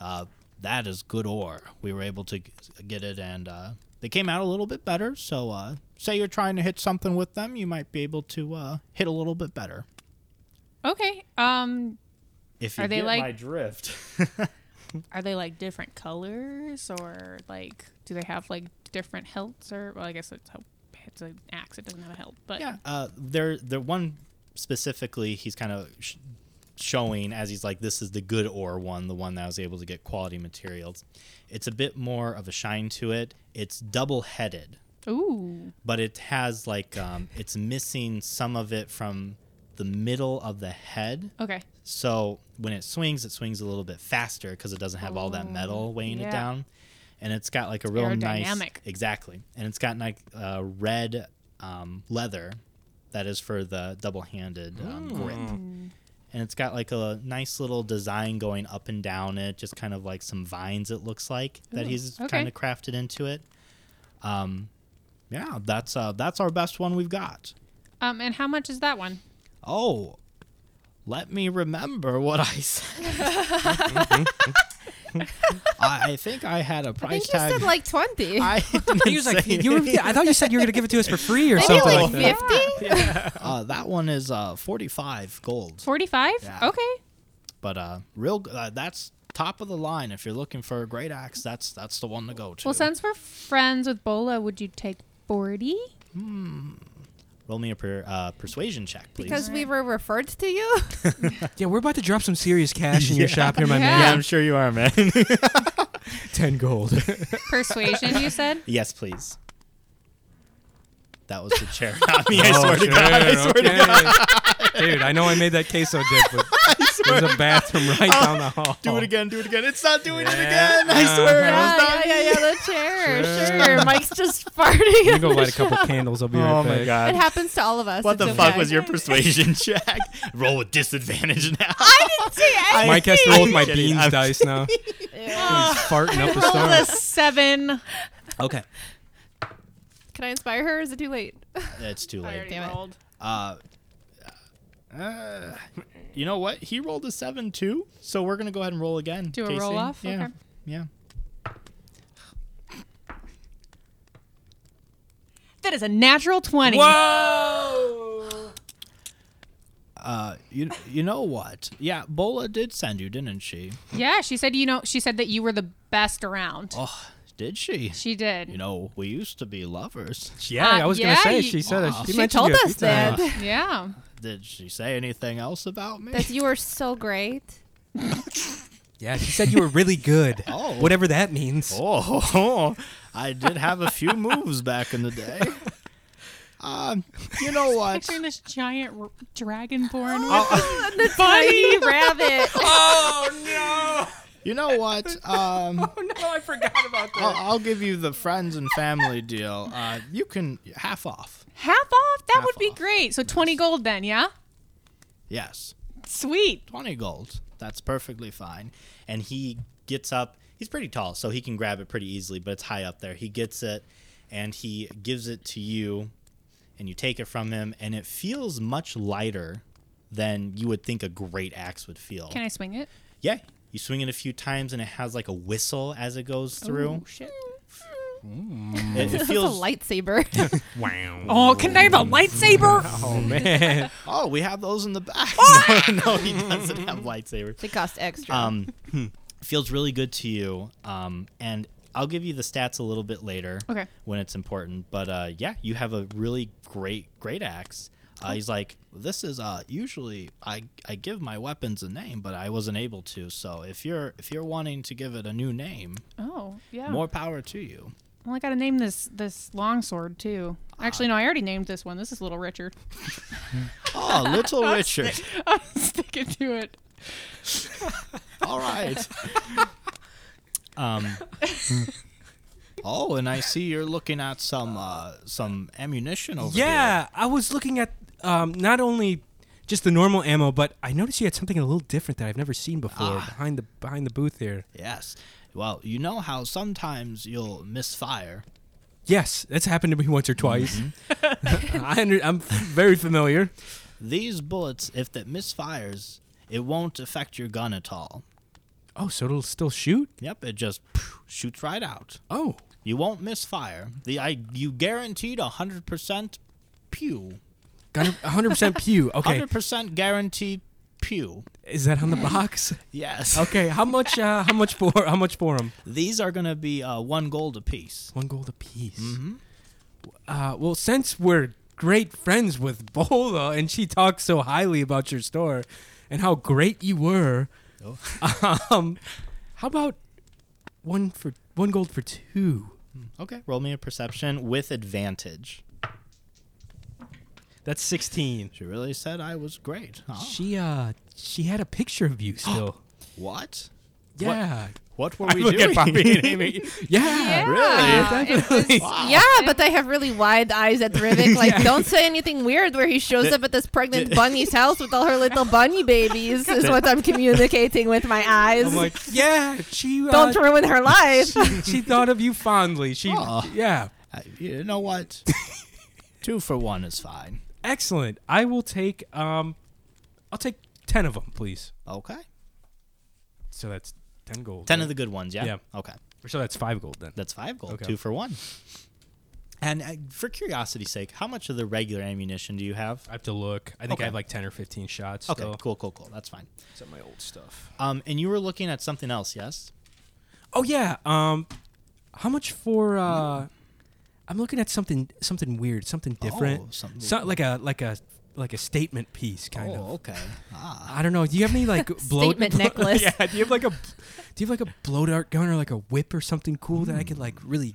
Speaker 3: uh, that is good ore. We were able to g- get it, and uh, they came out a little bit better. So uh, say you're trying to hit something with them, you might be able to uh, hit a little bit better.
Speaker 2: Okay. Um,
Speaker 3: If you
Speaker 2: Are they
Speaker 3: get
Speaker 2: like-
Speaker 3: my drift,
Speaker 2: are they like different colors or like do they have like different hilts or well, I guess it's how it's an axe. It doesn't have a hilt, but
Speaker 3: Yeah, uh, there, there one specifically. He's kind of sh- showing as he's like, "This is the good ore one, the one that I was able to get quality materials." It's a bit more of a shine to it. It's double headed,
Speaker 2: ooh,
Speaker 3: but it has like um, it's missing some of it from the middle of the head.
Speaker 2: okay,
Speaker 3: So when it swings, it swings a little bit faster because it doesn't have all that metal weighing
Speaker 2: Oh, yeah.
Speaker 3: it down, and it's got like a real nice
Speaker 2: aerodynamic.
Speaker 3: exactly, and it's got like uh, red um, leather that is for the double-handed um, grip, and it's got like a nice little design going up and down it, just kind of like some vines it looks like that he's
Speaker 2: okay.
Speaker 3: kind of crafted into it. Um, yeah, that's uh, that's our best one we've got.
Speaker 2: um, and how much is that one?
Speaker 3: Oh, let me remember what I said. I, I think I had a
Speaker 5: I think
Speaker 3: price
Speaker 5: you
Speaker 3: tag.
Speaker 5: said like twenty.
Speaker 3: I didn't
Speaker 4: He was like,
Speaker 3: say
Speaker 4: you, yeah, I thought you said you were gonna give it to us for free or
Speaker 5: Maybe
Speaker 4: something
Speaker 5: like
Speaker 4: like that.
Speaker 5: fifty.
Speaker 3: uh, that one is uh, 45 gold.
Speaker 2: Forty-five.
Speaker 3: Yeah.
Speaker 2: Okay.
Speaker 3: But uh, real uh, that's top of the line. If you're looking for a great axe, that's that's the one to go to.
Speaker 2: Well, since we're friends with Bola, would you take 40?
Speaker 3: Roll me a per, uh, persuasion check, please.
Speaker 5: Because we were referred to you?
Speaker 4: Yeah, we're about to drop some serious cash in your shop here, my
Speaker 2: Yeah.
Speaker 4: man.
Speaker 3: I'm sure you are, man.
Speaker 4: Ten gold.
Speaker 2: Persuasion, you said?
Speaker 3: yes, please. That was the chair. on me, I swear to
Speaker 4: Oh,
Speaker 3: God. I
Speaker 4: sure,
Speaker 3: swear to
Speaker 4: okay.
Speaker 3: God.
Speaker 4: Dude, I know I made that queso dip, but there's a bathroom right
Speaker 3: Oh,
Speaker 4: down the hall.
Speaker 3: Do it again. Do it again. It's not doing it
Speaker 4: Yeah.
Speaker 3: again. I swear. it was not me.
Speaker 5: Uh, the chair.
Speaker 4: Sure.
Speaker 5: Mike's just farting.
Speaker 4: You
Speaker 5: in
Speaker 4: go
Speaker 5: the
Speaker 4: light a couple
Speaker 5: shop.
Speaker 4: candles. I'll be right
Speaker 3: Oh
Speaker 4: back.
Speaker 3: my god.
Speaker 5: It happens to all of us.
Speaker 3: What
Speaker 5: It's
Speaker 3: the fuck
Speaker 5: okay.
Speaker 3: was your persuasion check? Roll with disadvantage now.
Speaker 5: I
Speaker 4: Mike has to roll with my
Speaker 3: I'm kidding,
Speaker 4: beans
Speaker 3: I'm
Speaker 4: dice now. He's farting up a
Speaker 2: Roll a
Speaker 4: storm.
Speaker 2: seven.
Speaker 3: okay.
Speaker 5: Can I inspire her? Or is it too late?
Speaker 3: It's too
Speaker 2: I already
Speaker 3: late.
Speaker 5: Damn it.
Speaker 2: rolled.
Speaker 3: Uh, uh, you know what? He rolled a seven too, so we're gonna go ahead and roll again.
Speaker 2: Do a
Speaker 3: Casey.
Speaker 2: roll off?
Speaker 3: Yeah.
Speaker 2: Okay.
Speaker 3: Yeah.
Speaker 2: That is a natural 20.
Speaker 3: Uh, you you know what? Yeah, Bola did send you, didn't she?
Speaker 2: Yeah, she said you know she said that you were the best around.
Speaker 3: Oh, did she?
Speaker 2: She did.
Speaker 3: You know, we used to be lovers.
Speaker 4: Yeah, I was gonna
Speaker 2: yeah,
Speaker 4: say.
Speaker 2: you-
Speaker 4: she said
Speaker 3: Wow.
Speaker 4: she,
Speaker 5: She
Speaker 4: mentioned
Speaker 5: told
Speaker 4: you a
Speaker 5: us
Speaker 4: few times.
Speaker 5: that.
Speaker 2: yeah.
Speaker 3: Did she say anything else about me?
Speaker 5: That you were so great.
Speaker 4: Yeah, she said you were really good.
Speaker 3: Oh.
Speaker 4: whatever that means.
Speaker 3: Oh, I did have a few moves back in the day. Um, you know what?
Speaker 2: Picturing this giant r- dragonborn with
Speaker 5: Funny rabbit.
Speaker 3: You know what? Um,
Speaker 4: Oh no, I forgot about that.
Speaker 3: I'll, I'll give you the friends and family deal. Uh, you can half off.
Speaker 2: half off. That
Speaker 3: Half
Speaker 2: would be
Speaker 3: off.
Speaker 2: great. So 20 gold then, yeah?
Speaker 3: Yes,
Speaker 2: Sweet.
Speaker 3: twenty gold. That's perfectly fine. And he gets up. He's pretty tall, so he can grab it pretty easily. But it's high up there. He gets it, and he gives it to you, and you take it from him, and it feels much lighter than you would think a great axe would feel.
Speaker 2: Can I swing it?
Speaker 3: Yeah, you swing it a few times and it has like a whistle as it goes through.
Speaker 2: Oh, shit.
Speaker 3: It, it
Speaker 5: That's a
Speaker 3: feels.
Speaker 5: lightsaber.
Speaker 4: Wow.
Speaker 2: Oh, can I have a lightsaber?
Speaker 4: Oh man.
Speaker 3: Oh, we have those in the back.
Speaker 2: Oh!
Speaker 3: no, no, he doesn't have lightsaber.
Speaker 5: they cost extra.
Speaker 3: Um, feels really good to you. Um, and I'll give you the stats a little bit later.
Speaker 2: Okay.
Speaker 3: When it's important, but uh, yeah, you have a really great, great axe. Uh, he's like, this is uh, usually I, I give my weapons a name, but I wasn't able to. So if you're if you're wanting to give it a new name,
Speaker 2: Oh, yeah.
Speaker 3: more power to you.
Speaker 2: Well, I got to name this this longsword too. Actually, no, I already named this one. This is Little Richard.
Speaker 3: Oh, Little Richard.
Speaker 2: I'm sticking to it.
Speaker 3: All right. um. Oh, and I see you're looking at some uh, some ammunition over
Speaker 4: Yeah, I was looking at um, not only just the normal ammo, but I noticed you had something a little different that I've never seen before behind the behind the booth here.
Speaker 3: here. Yes. Well, you know how sometimes you'll misfire.
Speaker 4: Yes, that's happened to me once or twice. I under, I'm very familiar.
Speaker 3: These bullets, if that misfires, it won't affect your gun at all.
Speaker 4: Oh, so it'll still shoot?
Speaker 3: Yep, it just phew, shoots right out.
Speaker 4: Oh,
Speaker 3: You won't misfire. The I you guaranteed hundred percent pew.
Speaker 4: got a 100% pew. Okay,
Speaker 3: Hundred percent guarantee pew.
Speaker 4: is that on the box?
Speaker 3: Yes.
Speaker 4: Okay, how much? Uh, how much for? How much for them?
Speaker 3: These are gonna be uh, one gold apiece.
Speaker 4: One gold apiece. Mm-hmm. Uh, well, since we're great friends with Bola, and she talks so highly about your store and how great you were, um, how about one for one gold for two?
Speaker 3: Okay. Roll me a perception with advantage.
Speaker 4: That's sixteen.
Speaker 3: She really said I was great. Huh?
Speaker 4: She uh, she had a picture of you still.
Speaker 3: What?
Speaker 4: yeah.
Speaker 3: What were
Speaker 4: I
Speaker 3: we
Speaker 4: look
Speaker 3: doing?
Speaker 4: at Poppy and Amy.
Speaker 2: Yeah.
Speaker 4: Yeah.
Speaker 5: Really? yeah, but they have really wide eyes at Rivik. Like, don't say anything weird where he shows up at this pregnant bunny's house with all her little bunny babies, is what I'm communicating with my eyes.
Speaker 3: Oh
Speaker 4: I'm like, yeah. She uh,
Speaker 5: don't ruin her life.
Speaker 4: she thought of you fondly. She
Speaker 3: Aw.
Speaker 4: yeah.
Speaker 3: Uh, you know what? Two for one is fine.
Speaker 4: Excellent. I will take um, I'll take ten of them, please.
Speaker 3: Okay.
Speaker 4: So that's ten gold.
Speaker 3: Ten of the good ones. Yeah.
Speaker 4: Yeah.
Speaker 3: Okay.
Speaker 4: So that's five gold then.
Speaker 3: That's five gold.
Speaker 4: Okay.
Speaker 3: Two for one. And uh, for curiosity's sake, how much of the regular ammunition do you have?
Speaker 4: I have to look. I think
Speaker 3: Okay.
Speaker 4: I have like 10 or 15 shots.
Speaker 3: Okay,
Speaker 4: still.
Speaker 3: cool, cool, cool. That's fine.
Speaker 4: It's my old stuff.
Speaker 3: Um, and you were looking at something else, yes?
Speaker 4: Oh yeah. Um, how much for? uh I'm looking at something something weird, something different,
Speaker 3: Oh, something-
Speaker 4: So- like a like a like a statement piece kind
Speaker 3: oh,
Speaker 4: of.
Speaker 3: okay. Ah.
Speaker 4: I don't know. Do you have any like blow
Speaker 5: Statement
Speaker 4: blow-
Speaker 5: necklace.
Speaker 4: yeah. Do you have like a do you have like a blow dart gun or like a whip or something cool that I could
Speaker 5: Mm.
Speaker 4: like really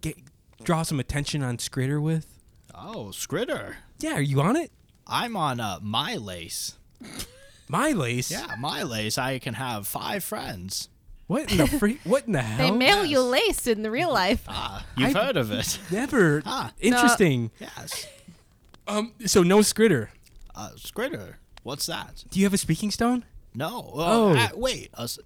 Speaker 4: get draw some attention on Skritter with?
Speaker 3: Oh, Skritter.
Speaker 4: Yeah. Are you on it?
Speaker 3: I'm on uh, my lace.
Speaker 4: My lace.
Speaker 3: Yeah, my lace. I can have five friends.
Speaker 4: What in the freak? What in the
Speaker 5: They
Speaker 4: hell?
Speaker 5: mail you
Speaker 3: yes.
Speaker 5: lace in the real life.
Speaker 3: Ah, you've
Speaker 4: I-
Speaker 3: heard of it.
Speaker 4: Never.
Speaker 3: Ah.
Speaker 4: Interesting.
Speaker 3: yes.
Speaker 4: Um. So no Skritter.
Speaker 3: Uh, Skritter. What's that?
Speaker 4: Do you have a speaking stone?
Speaker 3: No.
Speaker 4: Oh.
Speaker 3: Oh, uh, wait. Uh, s-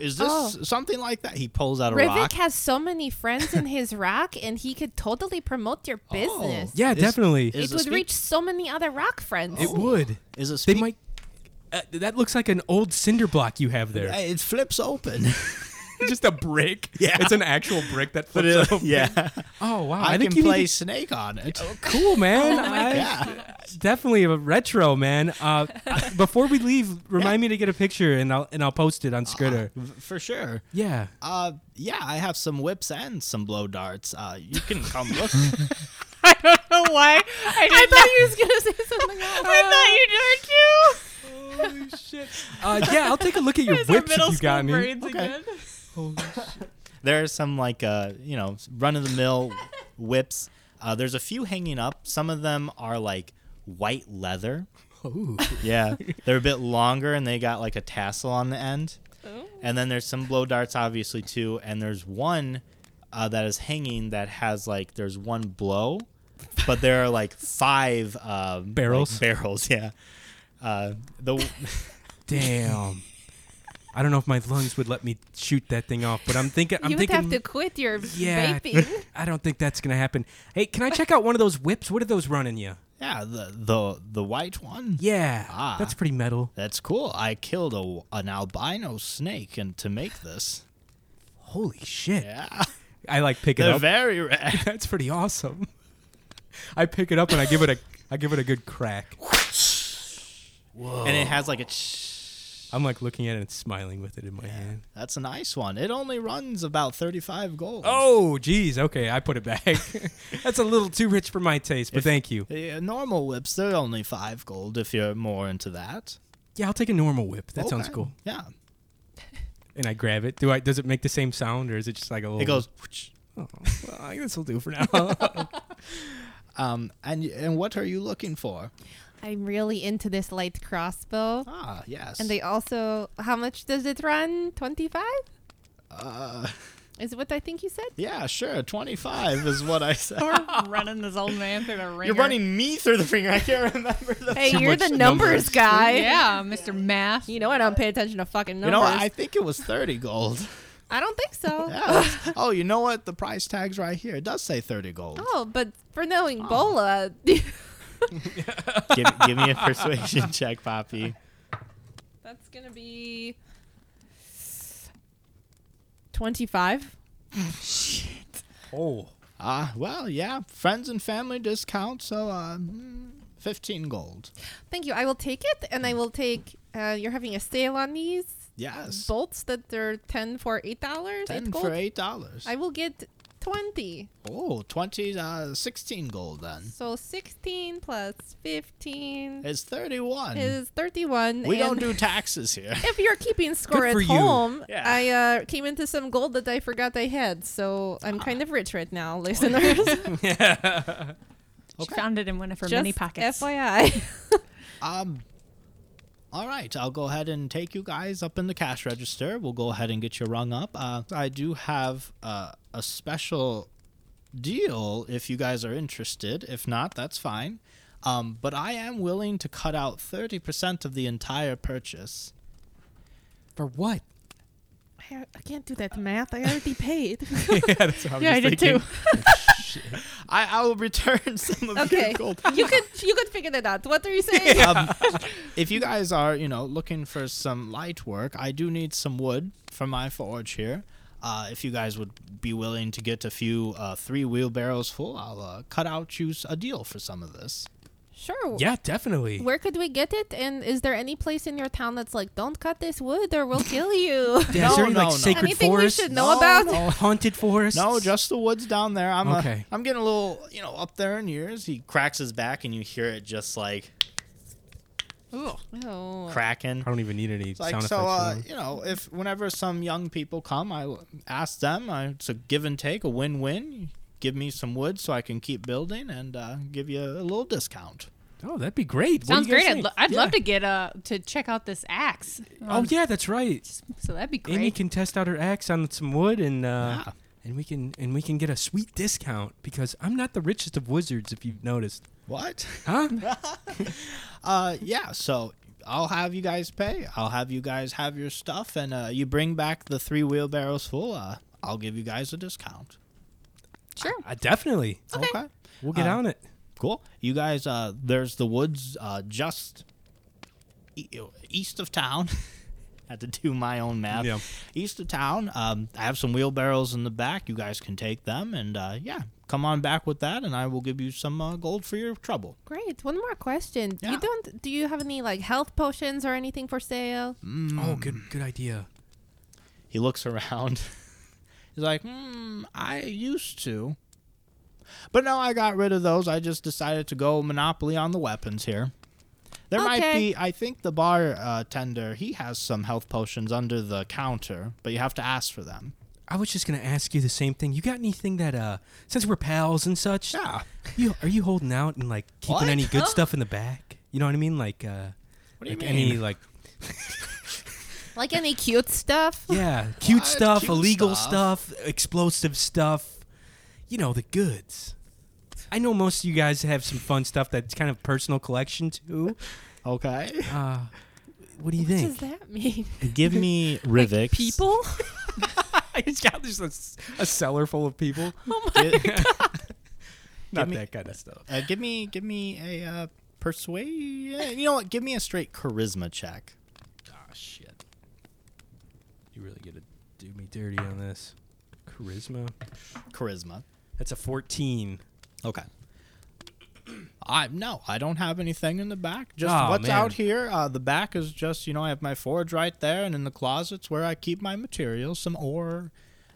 Speaker 3: is this
Speaker 5: Oh.
Speaker 3: something like that? He pulls out a
Speaker 5: Rivik
Speaker 3: rock.
Speaker 5: has so many friends in his rock, and he could totally promote
Speaker 3: Oh.
Speaker 5: your business.
Speaker 4: Yeah,
Speaker 3: Is-
Speaker 4: definitely.
Speaker 5: it
Speaker 3: is a
Speaker 5: would
Speaker 3: speak-
Speaker 5: reach so many other rock friends.
Speaker 4: It would.
Speaker 3: Is it?
Speaker 4: They
Speaker 3: Speak-
Speaker 4: might. Uh, that looks like an old cinder block you have there.
Speaker 3: Hey, uh, it flips open.
Speaker 4: Just a brick.
Speaker 3: Yeah.
Speaker 4: It's an actual brick that
Speaker 3: But
Speaker 4: flips
Speaker 3: it-
Speaker 4: open.
Speaker 3: yeah,
Speaker 4: Oh wow.
Speaker 3: I,
Speaker 4: think
Speaker 3: can
Speaker 4: you need
Speaker 3: play
Speaker 4: to- Oh,
Speaker 3: Snake on it.
Speaker 4: cool, man.
Speaker 5: Oh,
Speaker 4: I,
Speaker 3: Yeah.
Speaker 4: Definitely a retro, man. Uh, I- before we leave, remind me to get a picture and I'll and I'll post it on Skritter.
Speaker 3: V- For sure.
Speaker 4: yeah.
Speaker 3: Uh, yeah, I have some whips and some blow darts. Uh, you can come look.
Speaker 2: I don't know why. I,
Speaker 5: I thought he was gonna say something else.
Speaker 2: I thought you did too.
Speaker 4: Holy shit. Uh, yeah, I'll take a look at your
Speaker 2: It's our
Speaker 4: whips
Speaker 2: middle
Speaker 4: if you
Speaker 2: school
Speaker 4: got me.
Speaker 2: brains
Speaker 3: Okay.
Speaker 2: again.
Speaker 3: there are some like uh, you know run of the mill whips. Uh, there's a few hanging up. Some of them are like white leather.
Speaker 4: Ooh.
Speaker 3: Yeah, they're a bit longer and they got like a tassel on the end. And then there's some blow darts, obviously too. And there's one uh, that is hanging that has like there's one blow, but there are like five um,
Speaker 4: Barrels?
Speaker 3: like, barrels, yeah. Uh, the
Speaker 4: Damn. I don't know if my lungs would let me shoot that thing off, but I'm thinking I'm
Speaker 5: you would
Speaker 4: thinking
Speaker 5: have to quit your
Speaker 4: Yeah.
Speaker 5: vaping.
Speaker 4: I don't think that's gonna happen. Hey, can I check out one of those whips? What are those running you?
Speaker 3: yeah the the the white one.
Speaker 4: Yeah,
Speaker 3: Ah.
Speaker 4: that's pretty metal.
Speaker 3: That's cool. I killed a, an albino snake and to make this.
Speaker 4: Holy shit!
Speaker 3: Yeah.
Speaker 4: I like pick it
Speaker 3: They're
Speaker 4: up.
Speaker 3: very rare.
Speaker 4: that's pretty awesome. I pick it up and I give it a I give it a good crack.
Speaker 3: And it has like a ch-
Speaker 4: I'm like looking at it and smiling with it in my hand.
Speaker 3: That's a nice one. It only runs about 35 gold.
Speaker 4: Oh, geez. Okay, I put it back. that's a little too rich for my taste, but thank you.
Speaker 3: Yeah, normal whips, they're only 5 gold if you're more into that.
Speaker 4: Yeah, I'll take a normal whip. That sounds
Speaker 3: Okay.
Speaker 4: cool.
Speaker 3: Yeah.
Speaker 4: And I grab it. Do I? Does it make the same sound, or is it just like a little?
Speaker 3: It goes whoosh.
Speaker 4: Oh, well, I guess we'll do for now.
Speaker 3: um and and what are you looking for?
Speaker 5: I'm really into this light crossbow.
Speaker 3: Ah, yes.
Speaker 5: And they also, how much does it run? 25?
Speaker 3: uh,
Speaker 5: Is what I think you said?
Speaker 3: yeah, sure. 25 is what I said.
Speaker 2: We're running this old man through the ringer.
Speaker 3: You're running me through the finger. I can't remember the
Speaker 5: Hey,
Speaker 3: Too
Speaker 5: you're
Speaker 3: much
Speaker 5: the numbers, guy.
Speaker 2: Yeah, Mr. Math.
Speaker 5: You know I don't pay attention to fucking
Speaker 3: You
Speaker 5: numbers.
Speaker 3: know, what? I think it was 30 gold.
Speaker 5: I don't think so.
Speaker 3: Yeah. oh, you know what? The price tag's right here. It does say 30 gold.
Speaker 5: Oh, but for knowing Bola, that's
Speaker 3: give, give me a persuasion check, Poppy.
Speaker 5: gonna be 25.
Speaker 4: oh.
Speaker 3: Ah, well, yeah. Friends and family discount, so uh, mm, 15 gold.
Speaker 5: Thank you. I will take it, and I will take. Uh, you're having a sale on these
Speaker 3: Yes.
Speaker 5: bolts that they're 10 for $8? 8
Speaker 3: 10
Speaker 5: gold.
Speaker 3: for $8.
Speaker 5: I will get 20.
Speaker 3: oh, 20, uh, 16 gold then.
Speaker 5: So 16 plus 15
Speaker 3: It's 31.
Speaker 5: is 31.
Speaker 3: we don't
Speaker 5: and
Speaker 3: do taxes here.
Speaker 5: If you're keeping score at
Speaker 4: for you.
Speaker 5: home,
Speaker 3: Yeah.
Speaker 5: I uh, came into some gold that I forgot I had, so I'm kind of rich right now, listeners.
Speaker 2: She found it in one of her
Speaker 5: Just
Speaker 2: many pockets.
Speaker 5: FYI.
Speaker 3: Um. All right, I'll go ahead and take you guys up in the cash register. We'll go ahead and get you rung up. Uh, I do have uh, a special deal if you guys are interested. If not, that's fine. Um, but I am willing to cut out 30% of the entire purchase.
Speaker 4: For what?
Speaker 5: I, I can't do that math. I already paid.
Speaker 4: yeah, that's what I was
Speaker 2: Yeah, I
Speaker 4: just
Speaker 2: did
Speaker 4: thinking.
Speaker 2: too.
Speaker 3: I, I will return some of
Speaker 5: Okay.
Speaker 3: your gold.
Speaker 5: you could you could figure that out. What are you saying?
Speaker 3: um, if you guys are, you know, looking for some light work, I do need some wood for my forge here. Uh, if you guys would be willing to get a few uh, three wheelbarrows full, I'll uh, cut out you s- a deal for some of this.
Speaker 5: Sure.
Speaker 4: Yeah, definitely.
Speaker 5: Where could we get it? And is there any place in your town that's like, don't cut this wood or we'll kill you?
Speaker 4: Yeah, is
Speaker 3: No,
Speaker 4: there any,
Speaker 3: no,
Speaker 4: like
Speaker 3: no.
Speaker 4: sacred
Speaker 5: Anything we
Speaker 4: forest?
Speaker 5: should know No, about?
Speaker 3: no.
Speaker 4: Haunted forest?
Speaker 3: No, just the woods down there. I'm uh,
Speaker 4: Okay.
Speaker 3: I'm getting a little, you know, up there in years. He cracks his back, and you hear it just like
Speaker 5: oh.
Speaker 3: cracking.
Speaker 4: I don't even need any
Speaker 3: It's like
Speaker 4: sound
Speaker 3: so,
Speaker 4: effects.
Speaker 3: uh,
Speaker 4: for that.
Speaker 3: you know, if whenever some young people come, I l- ask them. I, it's a give and take, a win-win. You give me some wood so I can keep building, and uh, give you a little discount.
Speaker 4: oh, that'd be great. What do
Speaker 2: Sounds
Speaker 4: you guys
Speaker 2: great. I'd,
Speaker 4: think?
Speaker 2: lo- I'd
Speaker 4: Yeah.
Speaker 2: love to get uh to check out this axe. Um,
Speaker 4: Oh yeah, that's right.
Speaker 2: So that'd be
Speaker 4: Amy
Speaker 2: great.
Speaker 4: can test out her axe on some wood, and uh,
Speaker 3: Yeah.
Speaker 4: and we can and we can get a sweet discount because I'm not the richest of wizards, if you've noticed,
Speaker 3: What?
Speaker 4: huh?
Speaker 3: Uh, yeah. So I'll have you guys pay. I'll have you guys have your stuff, and uh, you bring back the three wheelbarrows full. Uh, I'll give you guys a discount.
Speaker 2: sure.
Speaker 4: uh, definitely.
Speaker 3: Okay.
Speaker 4: We'll get
Speaker 3: Uh,
Speaker 4: on it.
Speaker 3: Cool. You guys, uh, there's the woods uh, just e- east of town. Had to do my own math.
Speaker 4: Yeah.
Speaker 3: East of town, um, I have some wheelbarrows in the back. You guys can take them, and uh, yeah, come on back with that, and I will give you some uh, gold for your trouble.
Speaker 5: Great. One more question.
Speaker 3: Yeah.
Speaker 5: You don't? Do you have any like health potions or anything for sale?
Speaker 3: Mm.
Speaker 4: Oh, good good idea.
Speaker 3: He looks around. He's like, hmm, I used to. But no, I got rid of those. I just decided to go monopoly on the weapons here. There might
Speaker 5: Okay.
Speaker 3: be, I think the bar uh, tender, he has some health potions under the counter, but you have to ask for them.
Speaker 4: I was just gonna ask you the same thing. You got anything that uh, since we're pals and such,
Speaker 3: Yeah.
Speaker 4: you are you holding out and like keeping
Speaker 3: What?
Speaker 4: any good
Speaker 5: Huh?
Speaker 4: stuff in the back? You know what I mean? Like uh,
Speaker 3: What do you
Speaker 4: like
Speaker 3: mean?
Speaker 4: any like
Speaker 5: Like any cute stuff?
Speaker 4: yeah, cute
Speaker 3: What?
Speaker 4: stuff,
Speaker 3: Cute
Speaker 4: illegal
Speaker 3: stuff?
Speaker 4: stuff. explosive stuff. You know the goods. I know most of you guys have some fun stuff that's kind of personal collection too.
Speaker 3: okay.
Speaker 4: Uh, what do you
Speaker 5: What does
Speaker 4: think?
Speaker 5: that mean?
Speaker 3: Give me Rivik.
Speaker 5: People?
Speaker 4: He's got just a, s- a cellar full of people. Not
Speaker 3: me-
Speaker 4: that kind of stuff.
Speaker 3: Uh, give me, give me a uh, persuade. You know what? Give me a straight charisma check.
Speaker 4: Ah, shit. You really gotta do me dirty on this. Charisma.
Speaker 3: Charisma.
Speaker 4: That's a 14.
Speaker 3: Okay. I no, I don't have anything in the back. Just
Speaker 4: Aw,
Speaker 3: what's
Speaker 4: Oh, man.
Speaker 3: out here. Uh, the back is just you know I have my forge right there, and in the closet's where I keep my materials: some ore,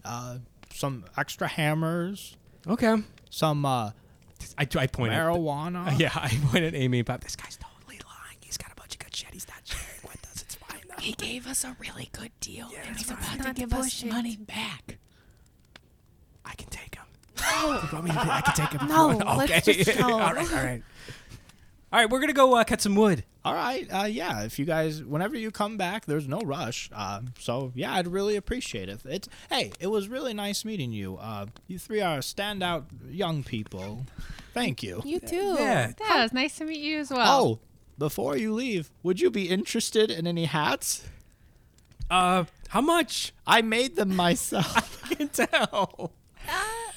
Speaker 3: uh, some extra hammers,
Speaker 4: Okay.
Speaker 3: some uh,
Speaker 4: I, I point at-
Speaker 3: marijuana.
Speaker 4: Uh, yeah, I point at Amy about this guy's totally lying. He's got a bunch of good shit. He's not sharing with us. It's fine. though."
Speaker 2: He gave us a really good deal. and he's about
Speaker 5: Not bullshit.
Speaker 2: back.
Speaker 4: I can take him. No. You want me to, I can take him.
Speaker 5: No,
Speaker 4: okay.
Speaker 5: let's just go.
Speaker 4: all right, all right. All right, we're going to go uh, cut some wood.
Speaker 3: All right. Uh, yeah. If you guys, whenever you come back, there's no rush. Uh, so yeah, I'd really appreciate it. It's hey, it was really nice meeting you. Uh, you three are standout young people. Thank you.
Speaker 5: You too.
Speaker 4: Yeah.
Speaker 2: Yeah, it was nice to meet you as well.
Speaker 3: Oh, before you leave, would you be interested in any hats?
Speaker 4: Uh, how much?
Speaker 3: I made them myself.
Speaker 4: I can tell.